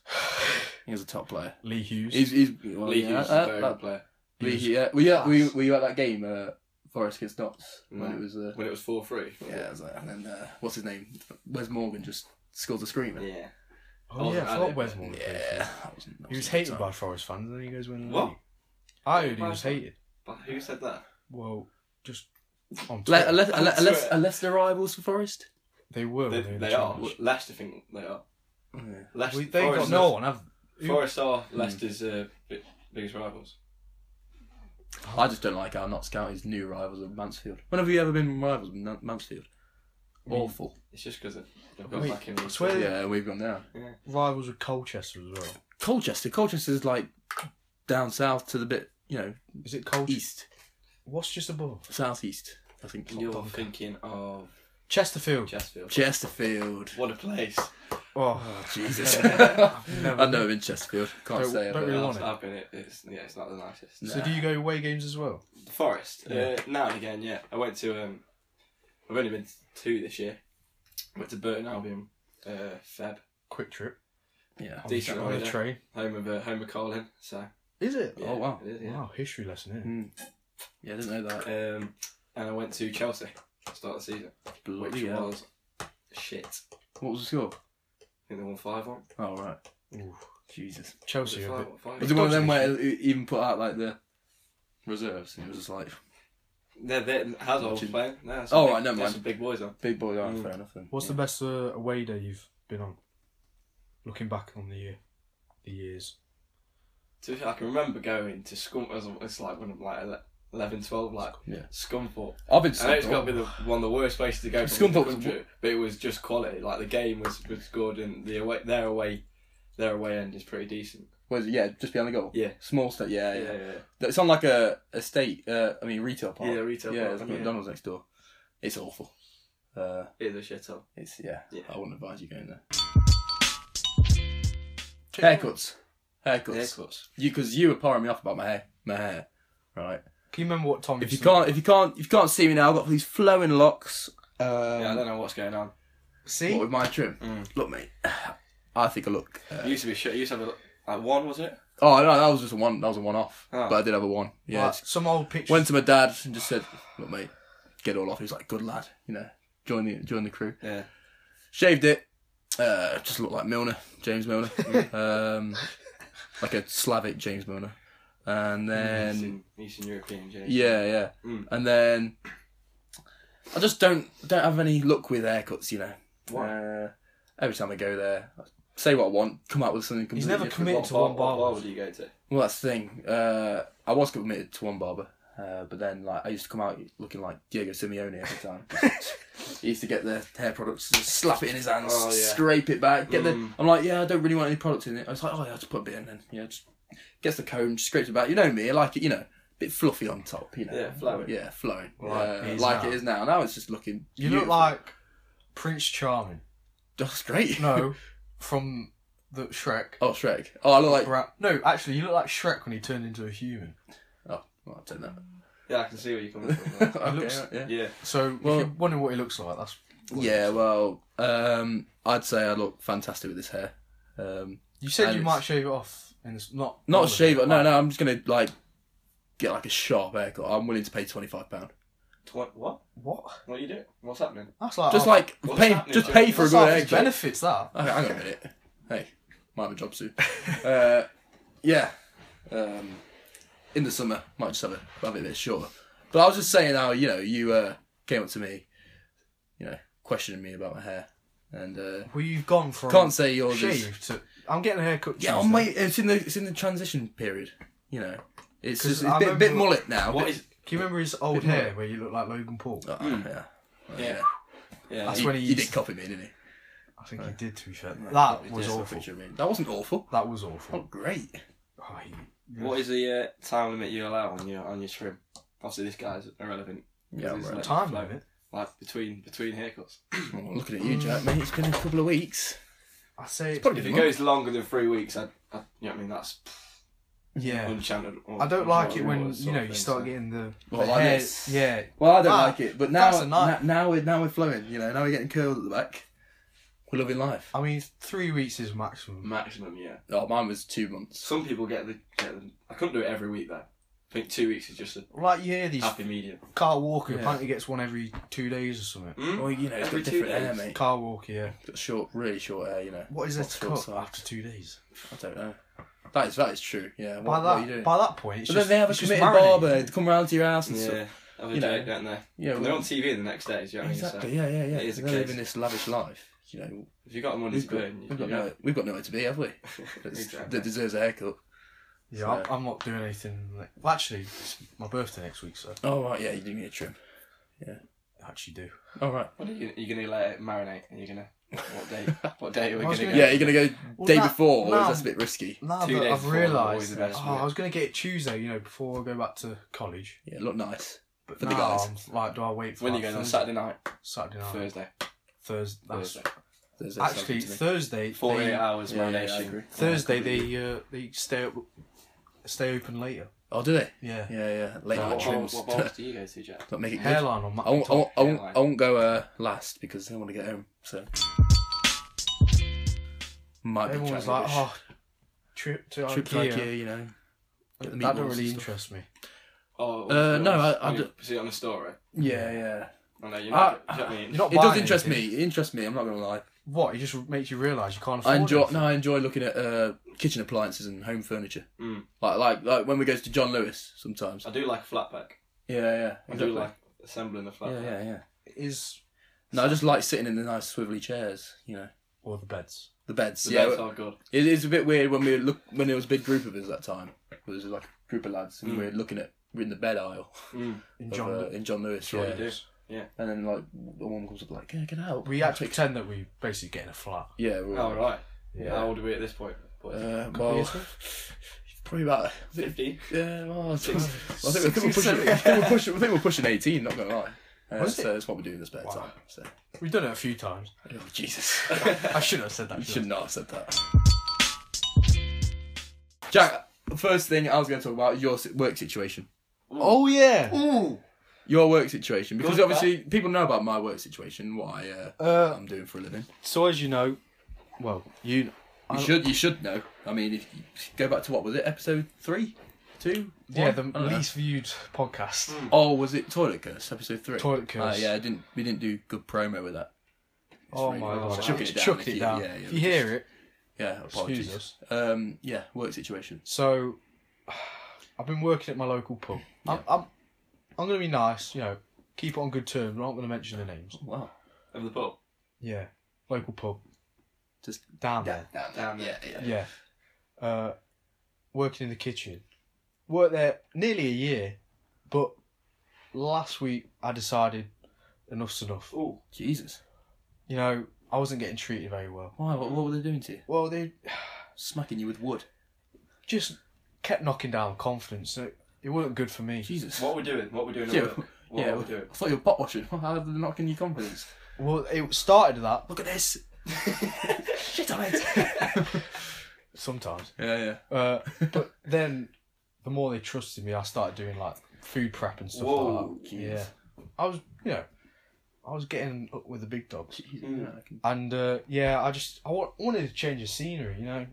Speaker 1: he was a top player.
Speaker 2: Lee Hughes?
Speaker 1: He's, he's well,
Speaker 3: Lee
Speaker 1: yeah,
Speaker 3: Hughes is a
Speaker 1: uh,
Speaker 3: very
Speaker 1: that-
Speaker 3: good player.
Speaker 1: Lee
Speaker 2: Hughes.
Speaker 1: Hughes, yeah, were you, at- were, you,
Speaker 2: class.
Speaker 1: were you at that game, uh, Forest against Notts, when
Speaker 3: No.
Speaker 1: it was uh,
Speaker 3: When it was four three.
Speaker 1: Yeah, I was like, and then uh, what's his name? Wes Morgan just scores a screamer.
Speaker 3: Yeah.
Speaker 2: oh yeah, I forgot
Speaker 3: Yeah.
Speaker 2: Wes Morgan. played for them.
Speaker 1: that wasn't- that wasn't
Speaker 2: He was
Speaker 1: a good
Speaker 2: hated
Speaker 1: time.
Speaker 2: by Forest fans, and then he goes winning. the
Speaker 3: What?
Speaker 2: league. I heard he
Speaker 3: Why
Speaker 2: was
Speaker 3: is that?
Speaker 2: hated.
Speaker 3: But who said that?
Speaker 2: Well, just on
Speaker 1: Le-
Speaker 2: Twitter.
Speaker 1: unless, unless,
Speaker 3: That's
Speaker 1: unless,
Speaker 3: right.
Speaker 1: unless they're rivals for Forest.
Speaker 2: they were.
Speaker 3: They,
Speaker 2: when were in
Speaker 3: they
Speaker 2: the
Speaker 3: are.
Speaker 2: Championship.
Speaker 3: Leicester think they are. Leicester.
Speaker 2: We, they got
Speaker 3: Forest
Speaker 2: no
Speaker 3: are-
Speaker 2: one. Have who-
Speaker 3: Forest are
Speaker 1: Hmm.
Speaker 3: Leicester's uh, bi- biggest rivals.
Speaker 1: I just don't like our Notts County's new rivals of Mansfield. When have you ever been rivals of Man- Mansfield? Awful.
Speaker 3: It's just because they've gone
Speaker 2: Wait,
Speaker 3: back in.
Speaker 2: I swear- Yeah.
Speaker 1: Yeah, we've gone down.
Speaker 2: rivals with Colchester as well.
Speaker 1: Colchester. Colchester's like down south to the bit, you know,
Speaker 2: Is it Colchester?
Speaker 1: east,
Speaker 2: What's just above?
Speaker 1: southeast. I think.
Speaker 3: You're thinking of
Speaker 2: Chesterfield.
Speaker 3: Chesterfield.
Speaker 1: Chesterfield.
Speaker 3: What a place.
Speaker 2: Oh,
Speaker 1: Jesus.
Speaker 2: I've never
Speaker 1: I've never been Chesterfield. Can't
Speaker 2: Don't-
Speaker 1: say it.
Speaker 2: don't
Speaker 1: but-
Speaker 2: really want
Speaker 3: I've I've been it. It's, yeah, it's not the nicest.
Speaker 1: No.
Speaker 2: So do you go away games as well?
Speaker 3: The Forest.
Speaker 2: Yeah.
Speaker 3: Uh, now and again, yeah. I went to. Um, I've only been to two this year. Went to Burton Albion, uh, Feb,
Speaker 2: Quick trip
Speaker 1: Yeah.
Speaker 2: on, the,
Speaker 3: Decent
Speaker 2: tra- on the
Speaker 3: holiday.
Speaker 2: train.
Speaker 3: home of uh, home of Colin. So.
Speaker 2: Is it?
Speaker 3: yeah,
Speaker 1: Oh, wow.
Speaker 3: It is, yeah.
Speaker 2: Wow, history lesson here.
Speaker 1: Mm. Yeah, I didn't know that.
Speaker 3: Um, and I went to Chelsea to start the season, which
Speaker 1: Bloody hell.
Speaker 3: was shit.
Speaker 1: What was the score?
Speaker 3: I think they won five one.
Speaker 1: Oh right.
Speaker 2: Ooh.
Speaker 1: Jesus.
Speaker 2: Chelsea.
Speaker 3: Was
Speaker 2: are a
Speaker 3: it
Speaker 2: bit-
Speaker 3: five- five?
Speaker 1: Was it one of them where it even put out like the reserves and it was just like
Speaker 3: They're, they're, Hazard was
Speaker 1: Watching-
Speaker 3: playing. No, that's
Speaker 1: Oh,
Speaker 3: big-
Speaker 1: right, never
Speaker 3: that's
Speaker 1: mind.
Speaker 3: some big boys on.
Speaker 1: big boy,
Speaker 2: Mm.
Speaker 1: alright, fair enough. Then.
Speaker 2: What's
Speaker 1: yeah.
Speaker 2: the best uh, away day you've been on? Looking back on the year, the years.
Speaker 3: To be fair, I can remember going to Scum. it was- It's like when I'm like ele- 11, 12, like
Speaker 1: Yeah.
Speaker 3: Scunthorpe.
Speaker 1: I've been
Speaker 3: I know it's got to be
Speaker 1: Scunthorpe.
Speaker 3: the, one of the worst places to go to the
Speaker 1: Scunthorpe's
Speaker 3: country, but it was just quality. Like the game was, was good, and the away their away their away end is pretty decent.
Speaker 1: Where's it? Yeah, just behind the goal.
Speaker 3: Yeah.
Speaker 1: Small state. Yeah, yeah.
Speaker 3: yeah, yeah.
Speaker 1: It's on like a estate. Uh, I mean retail park.
Speaker 3: Yeah, retail
Speaker 1: Yeah,
Speaker 3: park,
Speaker 1: there's a
Speaker 3: yeah.
Speaker 1: McDonald's next door. It's awful. Uh,
Speaker 3: It is a shit up.
Speaker 1: it's yeah,
Speaker 3: Yeah.
Speaker 1: I wouldn't advise you going there. Haircuts. Haircuts.
Speaker 3: Haircuts.
Speaker 1: You because you were pouring me off about my hair. My hair. Right.
Speaker 2: Can you remember what Tom?
Speaker 1: If you can't, if you can't, if you can't see me now, I've got these flowing locks. Um,
Speaker 3: Yeah, I don't know what's going on.
Speaker 2: see,
Speaker 1: What with my trim?
Speaker 3: Mm.
Speaker 1: Look, mate. I think I look. Uh,
Speaker 3: It used to be shit. It used to have a, like one, was it?
Speaker 1: oh no, that was just a one. That was a one-off.
Speaker 3: Ah.
Speaker 1: But I did have a one. Yeah.
Speaker 2: like, some old picture.
Speaker 1: Went to my dad and just said, "Look, mate, get it all off." He was like, "Good lad, you know, join the join the crew."
Speaker 3: Yeah.
Speaker 1: Shaved it. Uh, just looked like Milner, James Milner, um, like a Slavic James Milner, and then
Speaker 3: Eastern, Eastern European. Yeah.
Speaker 1: yeah, yeah,
Speaker 3: Mm.
Speaker 1: and then I just don't don't have any luck with haircuts, you know.
Speaker 3: Why?
Speaker 1: Uh, every time I go there, I say what I want, come out with something.
Speaker 2: He's
Speaker 1: Completely
Speaker 2: never
Speaker 1: different.
Speaker 2: committed
Speaker 3: What
Speaker 2: to
Speaker 3: bar-
Speaker 2: one
Speaker 3: what bar
Speaker 2: barber.
Speaker 3: would you go to?
Speaker 1: Well, that's the thing. Uh, I was committed to one barber, uh, but then like I used to come out looking like Diego Simeone every time. he used to get the hair products, just slap it in his hands,
Speaker 3: Oh, yeah.
Speaker 1: scrape it back. Get
Speaker 3: Mm.
Speaker 1: the. I'm like, yeah, I don't really want any products in it. I was like, oh yeah, I'll just put a bit in then. Yeah, just gets the comb, just scrapes it back. You know me, I like it. You know, bit fluffy on top. You know,
Speaker 3: Yeah, flowing.
Speaker 1: Yeah, flowing.
Speaker 2: Like
Speaker 1: Uh,
Speaker 2: it is
Speaker 1: like
Speaker 2: now.
Speaker 1: it is now. Now it's just looking.
Speaker 2: you look
Speaker 1: beautiful.
Speaker 2: like Prince Charming.
Speaker 1: That's great.
Speaker 2: No, from the Shrek.
Speaker 1: Oh Shrek. Oh, I look like.
Speaker 2: Bra- no, actually, you look like Shrek when he turned into a human.
Speaker 1: Oh, well, I'll take that.
Speaker 3: Yeah, I can see where you're coming from.
Speaker 1: okay,
Speaker 3: there.
Speaker 2: looks-
Speaker 1: right, yeah.
Speaker 3: yeah.
Speaker 2: So,
Speaker 1: Well-
Speaker 2: if you're wondering what he looks like, that's what he
Speaker 1: Yeah,
Speaker 2: looks like.
Speaker 1: well, um, I'd say I look fantastic with this hair. Um,
Speaker 2: You said
Speaker 1: and
Speaker 2: you
Speaker 1: it's-
Speaker 2: might shave it off, and it's not
Speaker 3: Oh,
Speaker 1: not
Speaker 2: bothered.
Speaker 1: shave it. No, no, I'm just gonna like get like a sharp haircut. I'm willing to pay twenty five pound.
Speaker 3: Tw- what?
Speaker 2: What?
Speaker 3: What are you doing? What's happening?
Speaker 2: That's like oh,
Speaker 1: Just
Speaker 2: half-
Speaker 1: like
Speaker 3: Oh, what's
Speaker 1: pay,
Speaker 3: happening
Speaker 1: just
Speaker 3: to
Speaker 1: pay
Speaker 3: you?
Speaker 1: for a
Speaker 2: that's
Speaker 1: good
Speaker 2: half his
Speaker 1: haircut.
Speaker 2: benefits. That
Speaker 1: Okay, hang on a minute. Hey, might have a job soon. uh, yeah, um, in the summer, might just have, a, have it a bit shorter. But I was just saying how you know you uh, came up to me, you know, questioning me about my hair, and uh,
Speaker 2: well, you've gone from
Speaker 1: can't say yours is
Speaker 2: shaved to. I'm getting a haircut.
Speaker 1: Yeah, on my, it's in the it's in the transition period. You know, it's
Speaker 2: 'Cause
Speaker 1: just,
Speaker 2: I
Speaker 1: it's a bit, bit
Speaker 2: remember-
Speaker 1: mullet now.
Speaker 3: What
Speaker 1: bit-
Speaker 3: is?
Speaker 2: Can you remember his old
Speaker 1: Bit
Speaker 2: hair
Speaker 1: more.
Speaker 2: where you look like Logan Paul?
Speaker 1: Oh, Yeah, Oh,
Speaker 3: Yeah.
Speaker 1: yeah.
Speaker 3: Yeah.
Speaker 2: Hmm. That's
Speaker 1: He,
Speaker 2: when he
Speaker 1: he
Speaker 2: used
Speaker 1: did
Speaker 2: to-
Speaker 1: copy me, didn't he?
Speaker 2: I think he did. To be fair,
Speaker 1: He
Speaker 2: that
Speaker 1: did
Speaker 2: was
Speaker 1: sort of
Speaker 2: awful.
Speaker 1: picture of me. That wasn't awful.
Speaker 2: That was
Speaker 1: That
Speaker 2: awful.
Speaker 1: looked great.
Speaker 2: Oh, he-
Speaker 3: What is the uh, time limit you allow on your on your trim? Obviously, this guy's irrelevant.
Speaker 1: Yeah,
Speaker 3: Is this
Speaker 1: right.
Speaker 2: time limit?
Speaker 3: Like between between haircuts,
Speaker 1: Well, looking at you, Jack, mate. It's been a couple of weeks.
Speaker 2: I say it's
Speaker 1: Probably
Speaker 3: if
Speaker 1: been
Speaker 3: it
Speaker 1: a month.
Speaker 3: goes longer than three weeks, I, I you know what I mean. That's
Speaker 2: yeah.
Speaker 3: enchanted. or-
Speaker 2: I don't like it
Speaker 3: or
Speaker 2: when
Speaker 3: that
Speaker 2: you
Speaker 3: sort
Speaker 2: know
Speaker 3: of
Speaker 2: you
Speaker 3: thing,
Speaker 2: start
Speaker 3: so.
Speaker 2: getting the,
Speaker 1: What,
Speaker 2: the
Speaker 1: like
Speaker 2: hair.
Speaker 1: this?
Speaker 2: Yeah,
Speaker 1: Well, I don't
Speaker 2: Ah,
Speaker 1: like it, but now
Speaker 2: that's a knife.
Speaker 1: na- now we're now we're flowing. You know, now we're getting curled at the back. We're loving life.
Speaker 2: I mean three weeks is maximum.
Speaker 3: maximum. Yeah,
Speaker 1: Oh, mine was two months.
Speaker 3: some people get the get the. I couldn't do it every week though. I think two weeks is just a
Speaker 2: Like you hear these
Speaker 3: happy medium.
Speaker 2: Carl Walker
Speaker 1: Mm. Ah. Yeah.
Speaker 2: apparently gets one every two days or something.
Speaker 3: Mm?
Speaker 1: Well, you know, it's
Speaker 3: Every
Speaker 1: got
Speaker 3: two
Speaker 1: different hair,
Speaker 3: days.
Speaker 1: mate.
Speaker 2: Carl Walker, yeah.
Speaker 1: Got short, really short hair. You know,
Speaker 2: What is there
Speaker 1: What's
Speaker 2: to
Speaker 1: your
Speaker 2: cut
Speaker 1: side?
Speaker 2: after two days?
Speaker 1: I don't know. That is that is true. Yeah. What,
Speaker 2: by
Speaker 1: what are you
Speaker 2: that
Speaker 1: doing?
Speaker 2: by that point, it's
Speaker 1: But
Speaker 2: just,
Speaker 1: then they have a
Speaker 2: it's just
Speaker 1: committed
Speaker 2: marinated.
Speaker 1: barber to come round to your house and stuff.
Speaker 3: Yeah, have a
Speaker 1: You know.
Speaker 3: joke, don't they?
Speaker 1: Yeah,
Speaker 3: And
Speaker 1: we-
Speaker 3: they're on TV the next day. Do you know what I mean?
Speaker 1: exactly. Yeah, yeah, yeah.
Speaker 3: It is a
Speaker 1: They're living
Speaker 3: case.
Speaker 1: this lavish life. You know,
Speaker 3: So if you got the money
Speaker 1: we've
Speaker 3: to
Speaker 1: got,
Speaker 3: burn, you,
Speaker 1: we've,
Speaker 3: you
Speaker 1: got
Speaker 3: know.
Speaker 1: no, we've got nowhere to be, have we? That's-
Speaker 3: Exactly.
Speaker 1: That deserves a haircut.
Speaker 2: Yeah, I'm, I'm not doing anything. Like, well, actually, it's my birthday next week, so
Speaker 1: Oh right, yeah, you do need a trim.
Speaker 2: I actually do.
Speaker 1: All right.
Speaker 3: What are you, are you gonna let it marinate? Are you gonna what day? What day are we
Speaker 2: I was
Speaker 3: gonna,
Speaker 2: gonna-
Speaker 3: go?
Speaker 1: Yeah, you're gonna go day
Speaker 2: now-
Speaker 1: before. or
Speaker 2: now-
Speaker 1: is that's a bit risky.
Speaker 2: Now
Speaker 3: Two
Speaker 2: that
Speaker 3: days
Speaker 2: I've
Speaker 3: before, always
Speaker 2: realised,
Speaker 3: the
Speaker 2: that-
Speaker 3: best,
Speaker 2: oh,
Speaker 3: yeah.
Speaker 2: I was going to get it Tuesday, you know, before I go back to college.
Speaker 1: Yeah, look nice.
Speaker 2: But
Speaker 1: For the
Speaker 2: now
Speaker 1: guys.
Speaker 2: I'm like, do I wait for
Speaker 3: When are you
Speaker 2: like,
Speaker 3: going on
Speaker 2: Thursday-
Speaker 3: Saturday night?
Speaker 2: Saturday night,
Speaker 3: Thursday.
Speaker 2: Thursday. that's-
Speaker 3: Thursday.
Speaker 1: There's that something
Speaker 2: Actually,
Speaker 1: to me.
Speaker 2: Thursday.
Speaker 3: Forty-eight
Speaker 2: they-
Speaker 3: hours
Speaker 1: Yeah, yeah, I
Speaker 3: marination.
Speaker 1: agree.
Speaker 2: Thursday they uh, they stay up, stay open later.
Speaker 1: oh, do they?
Speaker 2: Yeah.
Speaker 1: Yeah, yeah. Late
Speaker 3: What,
Speaker 1: night
Speaker 3: what,
Speaker 1: trims.
Speaker 3: what bars do you go to, Jack?
Speaker 1: Don't make it good.
Speaker 2: Hairline on my
Speaker 1: I won't, I, won't, I, won't,
Speaker 3: hairline.
Speaker 1: I won't go uh, last because I want to get home. So might be
Speaker 2: Everyone's like,
Speaker 1: chatting rubbish.
Speaker 2: oh, trip to
Speaker 1: trip to
Speaker 2: Ikea.
Speaker 1: Ikea, you know. get the
Speaker 2: That
Speaker 1: meatballs
Speaker 2: don't
Speaker 1: and
Speaker 2: really
Speaker 1: stuff.
Speaker 2: interest me.
Speaker 3: Oh,
Speaker 1: Uh, no, I- I
Speaker 3: on your-
Speaker 1: d-
Speaker 3: see it on the story.
Speaker 1: Yeah, yeah.
Speaker 3: I know you're not.
Speaker 1: Ah,
Speaker 3: do you know what I mean?
Speaker 2: You're not
Speaker 1: It does
Speaker 2: buying
Speaker 1: interest
Speaker 2: anything.
Speaker 1: me. It interests me. I'm not gonna lie.
Speaker 2: What? It just makes you realise you can't afford.
Speaker 1: I enjoy.
Speaker 2: anything.
Speaker 1: No, I enjoy looking at uh, kitchen appliances and home furniture.
Speaker 3: Mm.
Speaker 1: Like like like when we go to John Lewis sometimes.
Speaker 3: I do like a flat pack.
Speaker 1: Yeah, yeah.
Speaker 3: I do like assembling a flat
Speaker 1: Yeah,
Speaker 3: pack.
Speaker 1: yeah, yeah.
Speaker 2: Is
Speaker 1: No, I just like sitting in the nice swivelly chairs. You know,
Speaker 2: or the beds.
Speaker 1: the beds.
Speaker 3: The
Speaker 1: yeah,
Speaker 3: beds are good.
Speaker 1: It is a bit weird when we look when there was a big group of us that time. There was like a group of lads and we were looking at we're in the bed aisle
Speaker 3: Mm.
Speaker 2: In
Speaker 1: of,
Speaker 2: John,
Speaker 1: uh, in John Lewis.
Speaker 2: Sure
Speaker 1: yeah.
Speaker 2: you do.
Speaker 1: And then like the woman comes up like, yeah, get out.
Speaker 2: we had to pretend that we basically get in a flat.
Speaker 1: Yeah. We were,
Speaker 3: Oh, right.
Speaker 2: Yeah.
Speaker 3: How old are we at this point? boys?
Speaker 1: Uh, well,
Speaker 2: years ago?
Speaker 1: probably about
Speaker 3: 15.
Speaker 1: yeah. Well, I think,
Speaker 3: Six-
Speaker 1: I think, we're, pushing, I think we're pushing. I think we're pushing eighteen. Not gonna lie. Uh,
Speaker 2: Was it?
Speaker 1: so that's what we do in the spare
Speaker 2: Wow.
Speaker 1: time. So,
Speaker 2: We've done it a few times.
Speaker 1: oh, Jesus,
Speaker 2: I shouldn't have said that.
Speaker 1: you
Speaker 2: should
Speaker 1: should not have said that. Jack, the first thing I was going to talk about is your si- work situation.
Speaker 2: Oh yeah.
Speaker 3: Ooh.
Speaker 1: Your work situation, because
Speaker 3: Good,
Speaker 1: obviously people know about my work situation, what I, uh,
Speaker 2: Uh,
Speaker 1: I'm doing for a living.
Speaker 2: so as you know, well, you
Speaker 1: You should, you should know. I mean, if you go back to what was it, episode three, two,
Speaker 2: yeah
Speaker 1: one?
Speaker 2: the
Speaker 1: I don't know.
Speaker 2: least viewed podcast.
Speaker 1: Oh, was it Toilet Curse, episode three?
Speaker 2: Toilet Curse.
Speaker 1: Ah, yeah, I didn't. We didn't do good promo with that.
Speaker 2: Oh
Speaker 1: really
Speaker 2: my
Speaker 1: wrong.
Speaker 2: god!
Speaker 1: Chuck it down
Speaker 2: Chuck
Speaker 1: if
Speaker 2: it
Speaker 1: you-
Speaker 2: down.
Speaker 1: yeah, yeah,
Speaker 2: If
Speaker 1: we
Speaker 2: you hear it,
Speaker 1: Yeah,
Speaker 2: excuse
Speaker 1: apologies.
Speaker 2: us.
Speaker 1: Um, yeah, work situation.
Speaker 2: So, I've been working at my local pub. I'm, I'm, I'm going to be nice, you know, keep it on good terms. I'm not going to mention the names.
Speaker 1: Wow.
Speaker 3: Of the pub.
Speaker 2: Yeah, local pub
Speaker 1: Just
Speaker 2: down
Speaker 1: down,
Speaker 2: there.
Speaker 1: down,
Speaker 3: Down
Speaker 1: Yeah,
Speaker 3: there.
Speaker 1: yeah.
Speaker 2: Yeah, uh, working in the kitchen. Worked there nearly a year, but last week I decided enough's enough.
Speaker 3: Ooh.
Speaker 1: Jesus.
Speaker 2: You know, I wasn't getting treated very well.
Speaker 1: Why? What, what were they doing to you?
Speaker 2: Well, they
Speaker 1: Smacking you with wood.
Speaker 2: just kept knocking down confidence. So it wasn't good for me.
Speaker 1: Jesus.
Speaker 3: What are we doing? What are we doing? at
Speaker 1: Yeah,
Speaker 3: work? What
Speaker 1: yeah.
Speaker 3: are we doing?
Speaker 1: I thought you were pot washing. How did they not give you confidence?
Speaker 2: Well, it started at that
Speaker 1: Look at this. Shit on it. yeah,
Speaker 2: sometimes.
Speaker 1: yeah.
Speaker 2: Uh, but then the more they trusted me, I started doing like food prep and stuff
Speaker 3: Whoa,
Speaker 2: like that.
Speaker 1: jeez.
Speaker 2: Yeah, I was, you know, I was getting up with the big dogs,
Speaker 1: Jesus.
Speaker 3: Mm.
Speaker 1: I can-
Speaker 2: and uh, yeah, I just I wa- wanted to change the scenery. You know,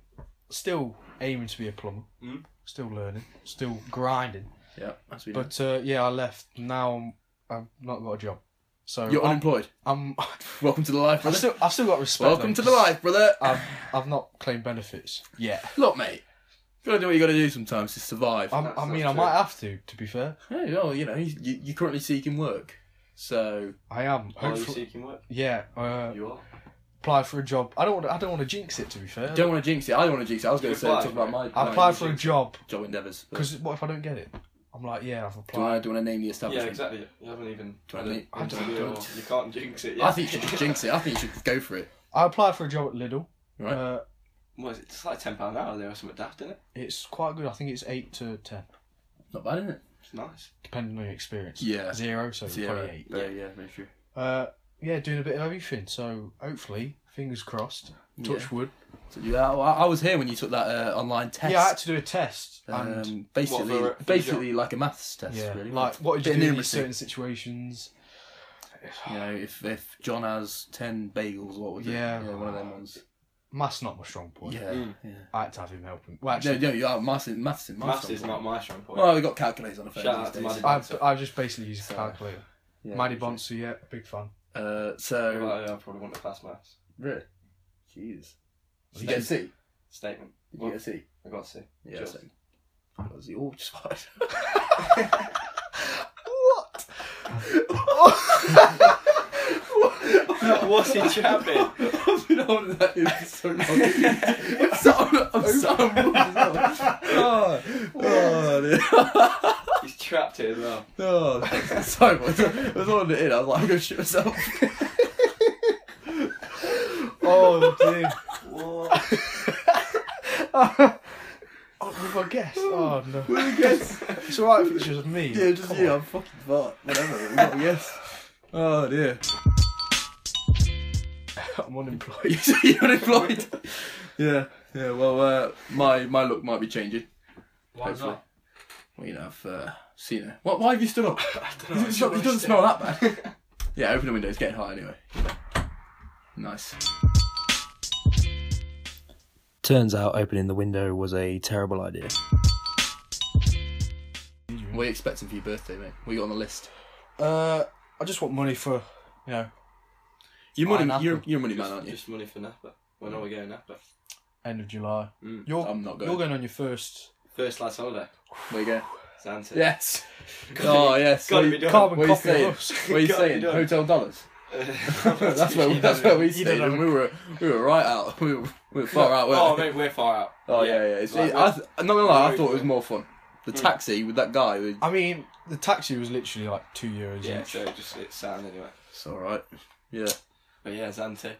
Speaker 2: still aiming to be a plumber,
Speaker 3: Mm.
Speaker 2: still learning, still grinding.
Speaker 1: Yeah, that's what you
Speaker 2: But uh, yeah, I left. Now I'm, I've not got a job, so
Speaker 1: know. You're
Speaker 2: I'm.
Speaker 1: unemployed.
Speaker 2: I'm
Speaker 1: Welcome to the life,
Speaker 2: I've
Speaker 1: brother.
Speaker 2: still, I've still got respect.
Speaker 1: Welcome to
Speaker 2: though,
Speaker 1: the
Speaker 2: 'cause
Speaker 1: life, brother.
Speaker 2: I've, I've not claimed benefits yet.
Speaker 1: Look, mate. You gotta do what you gotta do sometimes to survive.
Speaker 2: I'm,
Speaker 3: That's
Speaker 2: I
Speaker 3: not
Speaker 2: mean, I
Speaker 3: true.
Speaker 2: might have to. To be fair,
Speaker 1: Hey, well, you know, you, you- you're currently seeking work, so
Speaker 2: I am.
Speaker 1: Oh,
Speaker 3: Are you
Speaker 2: Hopefully-
Speaker 3: seeking work?
Speaker 2: Yeah, uh,
Speaker 3: You are.
Speaker 2: apply for a job. I don't want. To, I don't want to jinx it. To be fair,
Speaker 1: you don't want to jinx it. I don't want to jinx it. I was going
Speaker 3: You
Speaker 1: to say
Speaker 3: apply,
Speaker 1: talk about my
Speaker 2: I
Speaker 1: my
Speaker 2: apply
Speaker 3: you
Speaker 2: for a
Speaker 3: jinx
Speaker 2: job
Speaker 1: job endeavours. but
Speaker 2: because what if I don't get it? I'm like, yeah, I've
Speaker 1: do
Speaker 2: applied.
Speaker 1: I do you want to name the
Speaker 3: Yeah,
Speaker 1: establishment?
Speaker 3: exactly. You haven't even.
Speaker 1: Do you want to name-
Speaker 2: I
Speaker 1: do you
Speaker 2: don't-
Speaker 1: want to-
Speaker 3: or- You can't jinx it.
Speaker 1: I
Speaker 3: Yeah.
Speaker 1: think you should just jinx it. I think you should go for it.
Speaker 2: I applied for a job at Lidl.
Speaker 1: Right.
Speaker 2: Uh,
Speaker 3: What is it? It's like ten pound an hour there or something daft, isn't it?
Speaker 2: it's quite good. I think it's eight to ten,
Speaker 1: Not bad, isn't it?
Speaker 3: It's nice.
Speaker 2: depending on your experience.
Speaker 1: Yeah.
Speaker 2: Zero, so
Speaker 1: Zero.
Speaker 2: probably eight.
Speaker 1: Yeah, yeah, very true.
Speaker 2: Uh, yeah, doing a bit of everything. So hopefully, fingers crossed. Touch
Speaker 1: Yeah.
Speaker 2: wood.
Speaker 1: So, yeah, well, I I was here when you took that uh, online test.
Speaker 2: Yeah, I had to do a test and.
Speaker 1: um, basically,
Speaker 3: What, for- for
Speaker 1: basically like a maths test,
Speaker 2: yeah,
Speaker 1: really.
Speaker 2: like what
Speaker 1: Bit
Speaker 2: did
Speaker 1: of
Speaker 2: you do in
Speaker 1: numeracy.
Speaker 2: certain situations?
Speaker 1: You know, if if John has ten bagels, what would it?
Speaker 2: Yeah.
Speaker 1: yeah, one of them ones.
Speaker 2: Math's not my strong point.
Speaker 1: Yeah,
Speaker 3: Mm.
Speaker 1: yeah.
Speaker 2: I had to have him helping. Well,
Speaker 1: No,
Speaker 2: actually,
Speaker 1: no, yeah, maths, is- maths, is my
Speaker 3: Maths
Speaker 1: strong
Speaker 3: is
Speaker 1: point.
Speaker 3: not my strong point.
Speaker 1: Well, we got calculators on the phone.
Speaker 3: Shout
Speaker 1: these
Speaker 3: out to
Speaker 1: days.
Speaker 3: Maddie.
Speaker 2: I've, I've just basically used a
Speaker 1: So-
Speaker 2: calculator.
Speaker 1: Yeah,
Speaker 2: Maddie Bonsu, yeah, big fan.
Speaker 1: Uh,
Speaker 3: Well,
Speaker 1: so
Speaker 3: I probably want to pass maths.
Speaker 1: really, jeez. Did you get
Speaker 2: Same.
Speaker 1: a C? Did
Speaker 3: Statement.
Speaker 1: you
Speaker 3: What?
Speaker 1: get a C?
Speaker 3: I got to see.
Speaker 1: Yeah,
Speaker 3: Just.
Speaker 1: same. That was the all just fine.
Speaker 2: What?
Speaker 3: What's he chatting?
Speaker 1: I've been holding that in for so long. I'm so I'm so bored as well. Oh, oh, dear.
Speaker 3: He's trapped it as well.
Speaker 1: oh. Sorry, but I was holding it in. I was like, I'm gonna shoot myself.
Speaker 2: Oh, dude.
Speaker 3: What?
Speaker 2: oh, have I guessed? Oh, no.
Speaker 1: Well, yes.
Speaker 2: It's alright if it's just me.
Speaker 1: Yeah, just
Speaker 2: Come
Speaker 1: yeah,
Speaker 2: on.
Speaker 1: I'm fucking fart. Whatever. Not yes. Oh dear.
Speaker 2: I'm unemployed.
Speaker 1: You're unemployed. yeah. Yeah. Well, uh, my my look might be changing.
Speaker 2: Why
Speaker 1: Hopefully. Well, you know, I've uh, seen her. What? Why have you stood up? It doesn't- it doesn't smell that bad. yeah, open the window. It's getting hot anyway. Nice.
Speaker 4: Turns out opening the window was a terrible idea.
Speaker 1: What are you expecting for your birthday, mate? What you got on the list?
Speaker 2: Uh, I just want money for, you know,
Speaker 1: You're
Speaker 2: Buy
Speaker 1: money.
Speaker 2: an
Speaker 1: You're
Speaker 2: apple.
Speaker 1: you're a money man,
Speaker 3: Just,
Speaker 1: aren't you?
Speaker 3: just money for Napa. When are we going Napa?
Speaker 2: end of July.
Speaker 3: Mm.
Speaker 2: You're
Speaker 1: I'm not going.
Speaker 2: you're going on your first
Speaker 3: First last holiday.
Speaker 1: Where you go?
Speaker 3: Santa.
Speaker 1: Yes. oh yes. What
Speaker 3: gotta be
Speaker 1: are you-
Speaker 3: done.
Speaker 2: carbon
Speaker 1: What are you
Speaker 2: copy
Speaker 1: saying?
Speaker 2: of us.
Speaker 1: What are you
Speaker 3: Gotta be
Speaker 1: saying?
Speaker 3: done.
Speaker 1: Hotel dollars. that's where we, that's where we stayed, and we were we were right out. We were, we were far out. weren't
Speaker 3: Oh,
Speaker 1: we?
Speaker 3: mate, we're far out.
Speaker 1: Oh yeah, yeah. It's,
Speaker 3: Like,
Speaker 1: I th- I'm not gonna lie, I
Speaker 3: Very
Speaker 1: thought it was
Speaker 3: good.
Speaker 1: more fun. The taxi with that guy. was-
Speaker 2: I mean, the taxi was literally like two euros.
Speaker 3: yeah,
Speaker 2: each.
Speaker 3: so it just it's sound anyway.
Speaker 1: It's all right. Yeah,
Speaker 3: But yeah, Zante.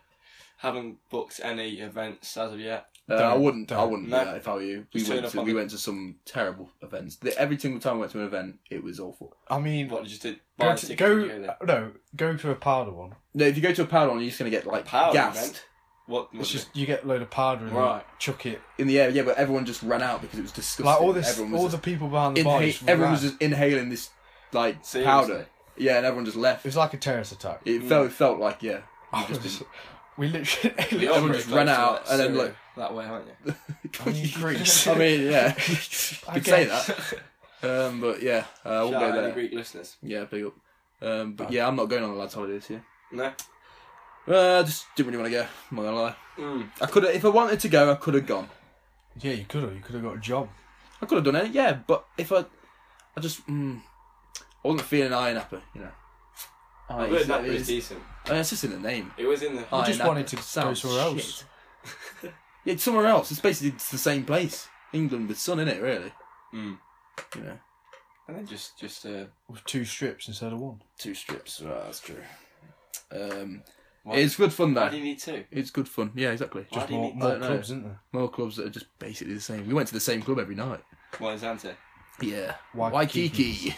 Speaker 3: Haven't booked any events as of yet.
Speaker 1: Uh, I
Speaker 2: Don't-
Speaker 1: wouldn't. I
Speaker 2: don't.
Speaker 1: wouldn't
Speaker 3: No.
Speaker 1: do that if I were you. We
Speaker 3: Just turn
Speaker 1: went
Speaker 3: up
Speaker 1: to
Speaker 3: on
Speaker 1: we
Speaker 3: the-
Speaker 1: went to some terrible events. The, every single time we went to an event, it was awful.
Speaker 2: I mean,
Speaker 3: What just did buy
Speaker 2: go,
Speaker 3: a
Speaker 2: to,
Speaker 3: ticket
Speaker 2: go
Speaker 3: and there?
Speaker 2: uh, no, go to a powder one.
Speaker 1: No, if you go to a powder one, you're just gonna get like
Speaker 3: Powder
Speaker 1: gassed
Speaker 3: event? What?
Speaker 2: It's just you get a load of powder and
Speaker 3: Right.
Speaker 2: chuck it.
Speaker 1: in the air. Yeah, but everyone just ran out because it was disgusting.
Speaker 2: Like all this,
Speaker 1: everyone was
Speaker 2: all
Speaker 1: just
Speaker 2: the people behind the bar.
Speaker 1: inha-
Speaker 2: Just
Speaker 1: everyone
Speaker 2: ran.
Speaker 1: was just inhaling this like
Speaker 3: Seriously? Mm.
Speaker 1: powder. Yeah, and everyone just left.
Speaker 2: It was like a terrorist attack.
Speaker 1: It felt it felt like yeah. You've just been-
Speaker 2: we literally.
Speaker 3: You're
Speaker 1: everyone
Speaker 3: pretty
Speaker 1: just
Speaker 3: close
Speaker 1: ran
Speaker 3: to
Speaker 1: out
Speaker 3: that
Speaker 1: and then,
Speaker 3: Syria
Speaker 1: like-
Speaker 3: that way, aren't you?
Speaker 2: I mean, Greece.
Speaker 1: I mean, yeah, you
Speaker 2: I
Speaker 1: could say
Speaker 2: guess.
Speaker 1: that. Um, but yeah, uh, I won't
Speaker 3: Shout
Speaker 1: go
Speaker 3: out any
Speaker 1: there.
Speaker 3: Greek listeners.
Speaker 1: Yeah, big up. Um, but yeah, I'm not going on a lads' holiday this year.
Speaker 3: No.
Speaker 1: Uh, I just didn't really want to go. I'm not gonna lie.
Speaker 3: Mm.
Speaker 1: I could have, if I wanted to go, I could have gone.
Speaker 2: yeah, you could have. You could have got a job.
Speaker 1: I could have done it. Yeah, but if I, I just, mm, I wasn't feeling iron upper, you know. Oh,
Speaker 3: I heard that was decent.
Speaker 1: I mean, it's just in the name.
Speaker 3: It was in the.
Speaker 1: I
Speaker 2: just wanted to go somewhere else.
Speaker 1: yeah, it's somewhere else. It's basically it's the same place. England with sun in it, really. Hmm.
Speaker 3: Mm.
Speaker 1: You know,
Speaker 3: And then just just uh,
Speaker 2: with two strips instead of one.
Speaker 1: two strips. Right, that's true. Um,
Speaker 3: Why-
Speaker 1: it's good fun
Speaker 3: why
Speaker 1: though.
Speaker 3: do you need two?
Speaker 1: It's good fun. Yeah, exactly.
Speaker 3: Why
Speaker 2: Just
Speaker 3: do you
Speaker 2: more,
Speaker 1: I
Speaker 3: need-
Speaker 2: more
Speaker 1: don't know.
Speaker 2: clubs, isn't there?
Speaker 1: More clubs that are just basically the same. We went to the same club every night.
Speaker 3: What is Ante?
Speaker 1: Yeah.
Speaker 2: Waikiki.
Speaker 1: Waikiki.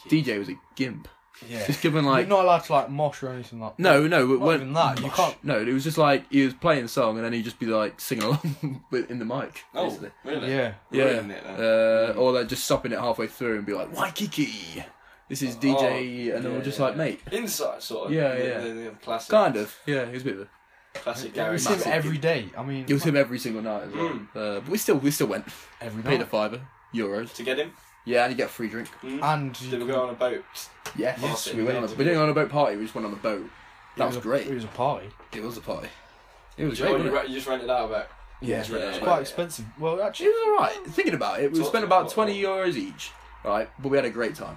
Speaker 3: Waikiki.
Speaker 1: DJ was a gimp.
Speaker 2: Yeah.
Speaker 1: Just given like
Speaker 2: You're not allowed to like mosh or anything like.
Speaker 1: no, no, it
Speaker 2: Not
Speaker 1: weren't
Speaker 2: even that, you can't-
Speaker 1: No, it was just like he was playing a song and then he'd just be like singing along with, in the mic.
Speaker 3: oh,
Speaker 1: basically.
Speaker 3: really?
Speaker 2: Yeah.
Speaker 1: yeah.
Speaker 3: Ruining it, then.
Speaker 1: uh, or like just stopping it halfway through and be like Waikiki. This is DJ, and then we're
Speaker 3: yeah,
Speaker 1: just
Speaker 3: yeah,
Speaker 1: like
Speaker 3: yeah.
Speaker 1: mate,
Speaker 3: Inside, sort of.
Speaker 1: Yeah,
Speaker 3: the,
Speaker 1: yeah.
Speaker 3: The, the classic,
Speaker 1: kind of. Yeah, he was a bit of a.
Speaker 3: classic
Speaker 2: It
Speaker 3: Gary.
Speaker 2: was him
Speaker 1: Massive.
Speaker 2: every day. I mean,
Speaker 1: It was him every single night as well.
Speaker 3: Mm.
Speaker 1: Uh, but we still, we still went.
Speaker 2: every
Speaker 1: Paid a
Speaker 2: night.
Speaker 1: fiver, euros.
Speaker 3: to get him. Hmm?
Speaker 1: Yeah, and you get a free drink.
Speaker 2: And
Speaker 3: Did we go on a boat?
Speaker 1: Yes,
Speaker 3: Yes,
Speaker 1: we went on. A, we didn't go on a boat party. We just went on a boat. That was
Speaker 2: It
Speaker 1: great.
Speaker 2: was a party.
Speaker 1: It was a party. It was
Speaker 3: Joe,
Speaker 1: great.
Speaker 3: you,
Speaker 1: wasn't it?
Speaker 3: re- you just rented out a boat.
Speaker 2: Yeah.
Speaker 1: was really
Speaker 2: It's
Speaker 1: nice.
Speaker 2: quite expensive. Well,
Speaker 1: It
Speaker 2: actually,
Speaker 1: was all right. Thinking about it, we
Speaker 3: Talk
Speaker 1: spent
Speaker 3: to me,
Speaker 1: about
Speaker 3: what-
Speaker 1: twenty euros each, right? But we had a great time.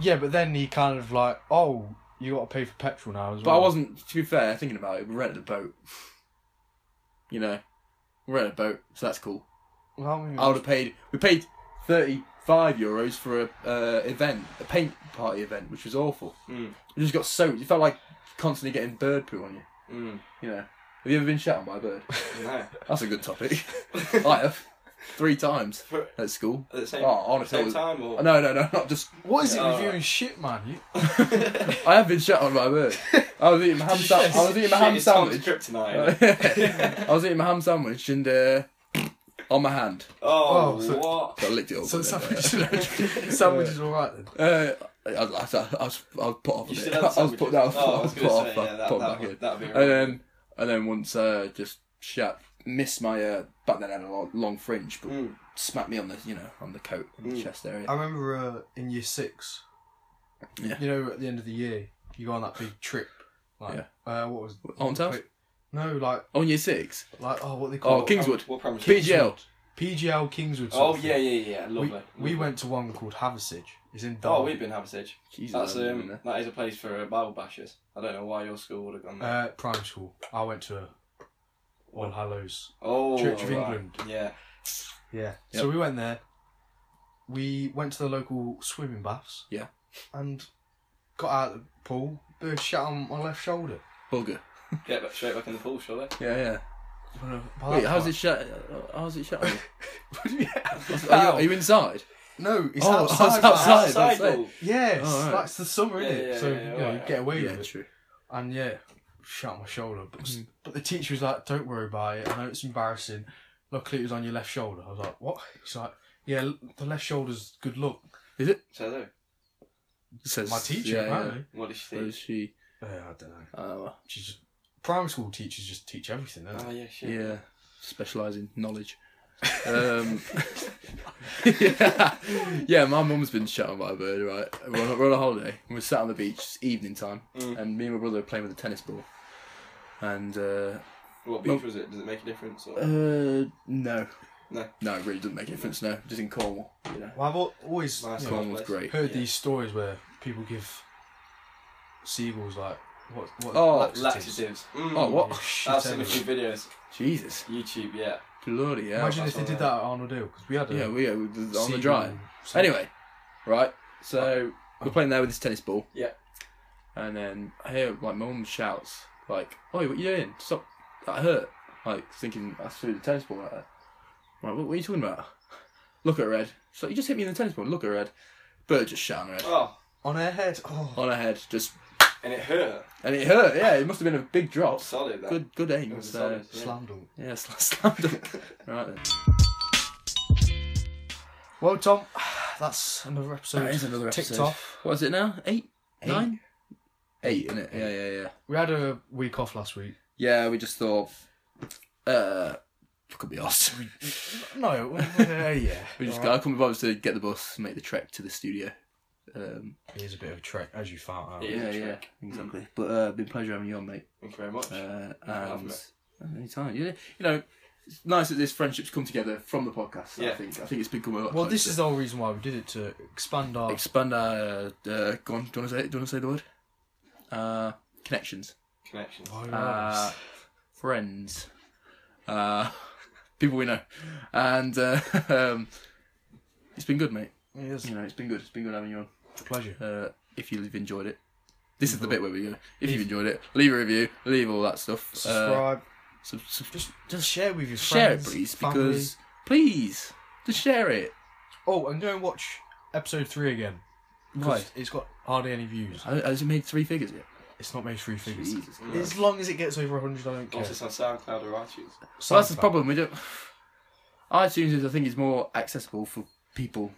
Speaker 2: yeah. But then he kind of like, oh, you got to pay for petrol now as
Speaker 1: But
Speaker 2: well.
Speaker 1: I wasn't. To be fair, thinking about it, we rented a boat. You know, we rented a boat, so that's cool.
Speaker 2: Well, I mean,
Speaker 1: I would have paid. We paid thirty-five euros for a uh, event, a paint party event, which was awful.
Speaker 3: Mm.
Speaker 1: You just got soaked. You felt like constantly getting bird poo on you.
Speaker 3: Mm.
Speaker 1: You know. Have you ever been shot on by a bird?
Speaker 3: No.
Speaker 1: That's a good topic. I have three times
Speaker 3: For-
Speaker 1: at school.
Speaker 3: At the same,
Speaker 1: Oh, honestly,
Speaker 3: same
Speaker 1: I was- Oh,
Speaker 3: time or?
Speaker 1: No, no, no, not just.
Speaker 2: What is it with you
Speaker 3: Alright.
Speaker 2: and shit, man? You,
Speaker 1: I have been shot on by a bird. I was eating my ham. Sa- I was eating my ham
Speaker 3: Shit, it's
Speaker 1: sandwich.
Speaker 3: Tom's Kryptonite.
Speaker 1: I was eating my ham sandwich and uh, on my hand,
Speaker 3: Oh,
Speaker 2: Oh, so-
Speaker 3: what?
Speaker 1: so I licked it up.
Speaker 2: so
Speaker 1: and then,
Speaker 2: sandwiches, sandwiches, all right then.
Speaker 1: uh, I, I, I, I was, I was put off. A
Speaker 3: You
Speaker 1: bit. I
Speaker 3: still had
Speaker 1: was
Speaker 3: sandwiches.
Speaker 1: put down.
Speaker 3: Oh,
Speaker 1: I was
Speaker 3: I was
Speaker 1: put
Speaker 3: going to
Speaker 1: off.
Speaker 3: say, yeah, that,
Speaker 1: put
Speaker 3: that,
Speaker 1: back
Speaker 3: would,
Speaker 1: in.
Speaker 3: that'd be
Speaker 1: And
Speaker 3: right.
Speaker 1: then, and then once uh, just shat, missed my. Uh, back then I had a long, long fringe, but
Speaker 3: Mm.
Speaker 1: smacked me on the, you know, on the coat and the
Speaker 3: Mm.
Speaker 1: chest area.
Speaker 2: I remember uh, in year six.
Speaker 1: Yeah.
Speaker 2: You know, at the end of the year, you go on that big trip. Like, uh, what was
Speaker 1: Aunt House?
Speaker 2: No, like,
Speaker 1: On year six.
Speaker 2: like, oh, what they
Speaker 1: Oh,
Speaker 2: call it?
Speaker 1: Kingswood.
Speaker 3: What premise?
Speaker 1: Kingswood. PGL.
Speaker 2: PGL Kingswood.
Speaker 3: Oh
Speaker 2: sort of
Speaker 3: yeah,
Speaker 2: thing.
Speaker 3: yeah, yeah. Lovely.
Speaker 2: We, we
Speaker 3: Lovely.
Speaker 2: went to one called Haversidge. It's in
Speaker 3: Oh,
Speaker 2: Darwin.
Speaker 3: we've been Haversidge.
Speaker 1: Jesus,
Speaker 3: That's
Speaker 1: I don't
Speaker 3: um,
Speaker 1: know.
Speaker 3: that is a place for uh, Bible bashers. I don't know why your school would have gone there.
Speaker 2: uh, primary school. I went to All Hallows.
Speaker 3: oh,
Speaker 2: Church of
Speaker 3: right.
Speaker 2: England.
Speaker 3: Yeah.
Speaker 2: Yeah.
Speaker 1: Yep.
Speaker 2: So we went there. We went to the local swimming baths.
Speaker 1: Yeah.
Speaker 2: And got out of the pool. Bird shit on my left shoulder.
Speaker 1: Bugger.
Speaker 3: Get back, straight back in the pool, shall they?
Speaker 1: Yeah, yeah.
Speaker 2: By
Speaker 1: Wait,
Speaker 2: that
Speaker 1: how's
Speaker 2: time-
Speaker 1: it shut? uh, How's it shut? Are you,
Speaker 2: How?
Speaker 1: are you inside?
Speaker 2: No, it's
Speaker 1: Oh,
Speaker 2: outside.
Speaker 1: it's
Speaker 2: man.
Speaker 1: outside. That's
Speaker 3: Outside
Speaker 1: it.
Speaker 3: pool.
Speaker 2: Yes,
Speaker 1: Oh, right.
Speaker 2: that's the summer,
Speaker 3: Yeah,
Speaker 2: isn't it?
Speaker 3: yeah,
Speaker 2: so
Speaker 3: yeah,
Speaker 2: you
Speaker 3: yeah,
Speaker 2: know, you
Speaker 3: right.
Speaker 2: get away
Speaker 1: Yeah,
Speaker 2: with it.
Speaker 1: true.
Speaker 2: And yeah, shit on my shoulder. But, but the teacher was like, "Don't worry about it. I know it's embarrassing." Luckily, it was on your left shoulder. I was like, "What?" He's like, "Yeah, l- the left shoulder's good luck."
Speaker 3: So there.
Speaker 1: Says,
Speaker 2: My teacher, apparently.
Speaker 3: What did
Speaker 1: So
Speaker 3: she think?
Speaker 1: she?
Speaker 2: Yeah. I don't know.
Speaker 1: Uh,
Speaker 2: She's just, primary school teachers just teach everything, don't they?
Speaker 3: Oh yeah, shit.
Speaker 1: yeah, specialise in knowledge. Um, yeah. yeah, my mum's been shut on by a bird. Right, we're on, a- we're on a holiday. and We're sat on the beach, it's evening time,
Speaker 3: Mm.
Speaker 1: and me and my brother are playing with a tennis ball, and uh,
Speaker 3: What beach was it? Does it make a difference? Or?
Speaker 1: Uh, no.
Speaker 3: No.
Speaker 1: No, it really doesn't make a difference, no. Just in Cornwall. You know.
Speaker 2: Well, I've al- always
Speaker 3: Nice
Speaker 2: you know,
Speaker 1: Cornwall's
Speaker 3: place.
Speaker 1: great.
Speaker 2: heard
Speaker 3: Yeah.
Speaker 2: these stories where people give seagulls like what what
Speaker 1: Oh,
Speaker 2: laxatives.
Speaker 3: Laxatives. Mm.
Speaker 1: Oh, what?
Speaker 2: Shit
Speaker 3: I've seen a
Speaker 2: everywhere.
Speaker 3: few videos.
Speaker 1: Jesus.
Speaker 3: YouTube, yeah.
Speaker 1: Bloody hell.
Speaker 2: Imagine
Speaker 3: that's
Speaker 2: if they
Speaker 3: all
Speaker 2: did
Speaker 3: right.
Speaker 2: that at Arnold Hill because we had a
Speaker 1: Yeah, we are on the
Speaker 2: seagull
Speaker 1: drive.
Speaker 2: set.
Speaker 1: Anyway, right. So we're playing there with this tennis ball.
Speaker 3: Yeah.
Speaker 1: And then I hear like my mum shouts like, "Oi, what you doing? Stop! That hurt!" Like thinking I threw the tennis ball at her. I'm like, what, what are you talking about? Look at her head. She's like, "You just hit me in the tennis ball. Look at her head." Bird just shot on her head.
Speaker 3: Oh,
Speaker 2: on her head. Oh,
Speaker 1: On her head, just
Speaker 3: and it hurt.
Speaker 1: and it hurt. Yeah, it must have been a big drop.
Speaker 3: Solid, that.
Speaker 1: Good, good
Speaker 3: It
Speaker 1: aim.
Speaker 3: was a
Speaker 1: So
Speaker 3: solid. yeah.
Speaker 2: slam dunk.
Speaker 1: yeah, sl- slammed it. right then.
Speaker 2: Well, Tom, that's another episode.
Speaker 1: That is another
Speaker 2: ticked
Speaker 1: episode.
Speaker 2: off.
Speaker 1: What is it now? Eight,
Speaker 2: Eight.
Speaker 1: nine, eight, isn't it? Yeah, yeah, yeah.
Speaker 2: We had a week off last week.
Speaker 1: Yeah, we just thought, uh, could be us.
Speaker 2: No, uh, yeah,
Speaker 1: We just
Speaker 2: All
Speaker 1: got I couldn't be bothered to get the bus, make the trek to the studio. Um,
Speaker 2: right. It is a bit of a trek, as you found out.
Speaker 3: Yeah,
Speaker 1: yeah,
Speaker 3: the
Speaker 1: yeah,
Speaker 3: trek.
Speaker 1: exactly. But uh, been a pleasure having you on, mate.
Speaker 3: Thank you very much.
Speaker 1: Uh,
Speaker 3: having
Speaker 1: and
Speaker 3: me.
Speaker 1: anytime, yeah, you know, it's nice that this friendship's come together from the podcast. I
Speaker 3: Yeah.
Speaker 1: think I think it's become a lot.
Speaker 2: Well, this
Speaker 1: closer.
Speaker 2: is the whole reason why we did it to expand our
Speaker 1: expand our. Uh, uh, go on, do you want to say? it? Do you want to say the word? Uh, connections.
Speaker 3: Connections.
Speaker 1: uh, friends, uh, people we know, and uh, um, it's been good, mate.
Speaker 2: it is
Speaker 1: You know, it's been good. It's been good having you
Speaker 2: a pleasure.
Speaker 1: on. Uh, if you've enjoyed it, this is the bit where we go. If you've enjoyed it, leave a review, leave all that stuff. Uh,
Speaker 2: Subscribe.
Speaker 1: sub- sub-
Speaker 2: just just share with your
Speaker 1: share it,
Speaker 2: friends,
Speaker 1: please,
Speaker 2: family.
Speaker 1: because please just share it.
Speaker 2: oh, and go and watch episode three again. 'cause
Speaker 1: Right.
Speaker 2: it's got hardly any views.
Speaker 1: I- Has it made three figures yet?
Speaker 2: It's not made three figures.
Speaker 1: Jesus. Christ.
Speaker 2: As long as it gets over hundred, I don't care.
Speaker 3: Also, it's on SoundCloud or iTunes.
Speaker 1: So that's the problem. We don't. iTunes is, I think, is more accessible for people.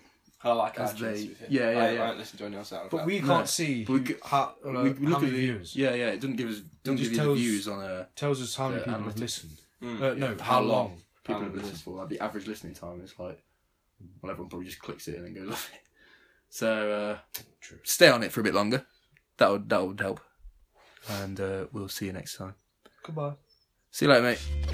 Speaker 3: I like
Speaker 1: As
Speaker 3: iTunes.
Speaker 1: they-
Speaker 3: to be fair.
Speaker 1: yeah, yeah, yeah.
Speaker 3: I, I don't listen to any on SoundCloud.
Speaker 2: But we
Speaker 1: No.
Speaker 2: can't see
Speaker 1: But we
Speaker 2: who-
Speaker 1: g-
Speaker 2: how, uh,
Speaker 1: we, we
Speaker 2: how
Speaker 1: look
Speaker 2: many
Speaker 1: at the
Speaker 2: views.
Speaker 1: Yeah, yeah. It doesn't give us. Doesn't
Speaker 2: just
Speaker 1: give you the
Speaker 2: tells-
Speaker 1: views on uh, a.
Speaker 2: Tells us how many
Speaker 1: Yeah,
Speaker 2: people have
Speaker 1: analytics.
Speaker 2: listened.
Speaker 3: Mm.
Speaker 2: Uh, no,
Speaker 1: How
Speaker 2: how
Speaker 1: long.
Speaker 2: long?
Speaker 1: people
Speaker 3: Um,
Speaker 1: have listened for. Like the average listening time is like, well, everyone probably just clicks it and then goes off it. So uh,
Speaker 2: True.
Speaker 1: stay on it for a bit longer. That would that would help. And uh, we'll see you next time.
Speaker 2: Goodbye.
Speaker 1: See you later, mate.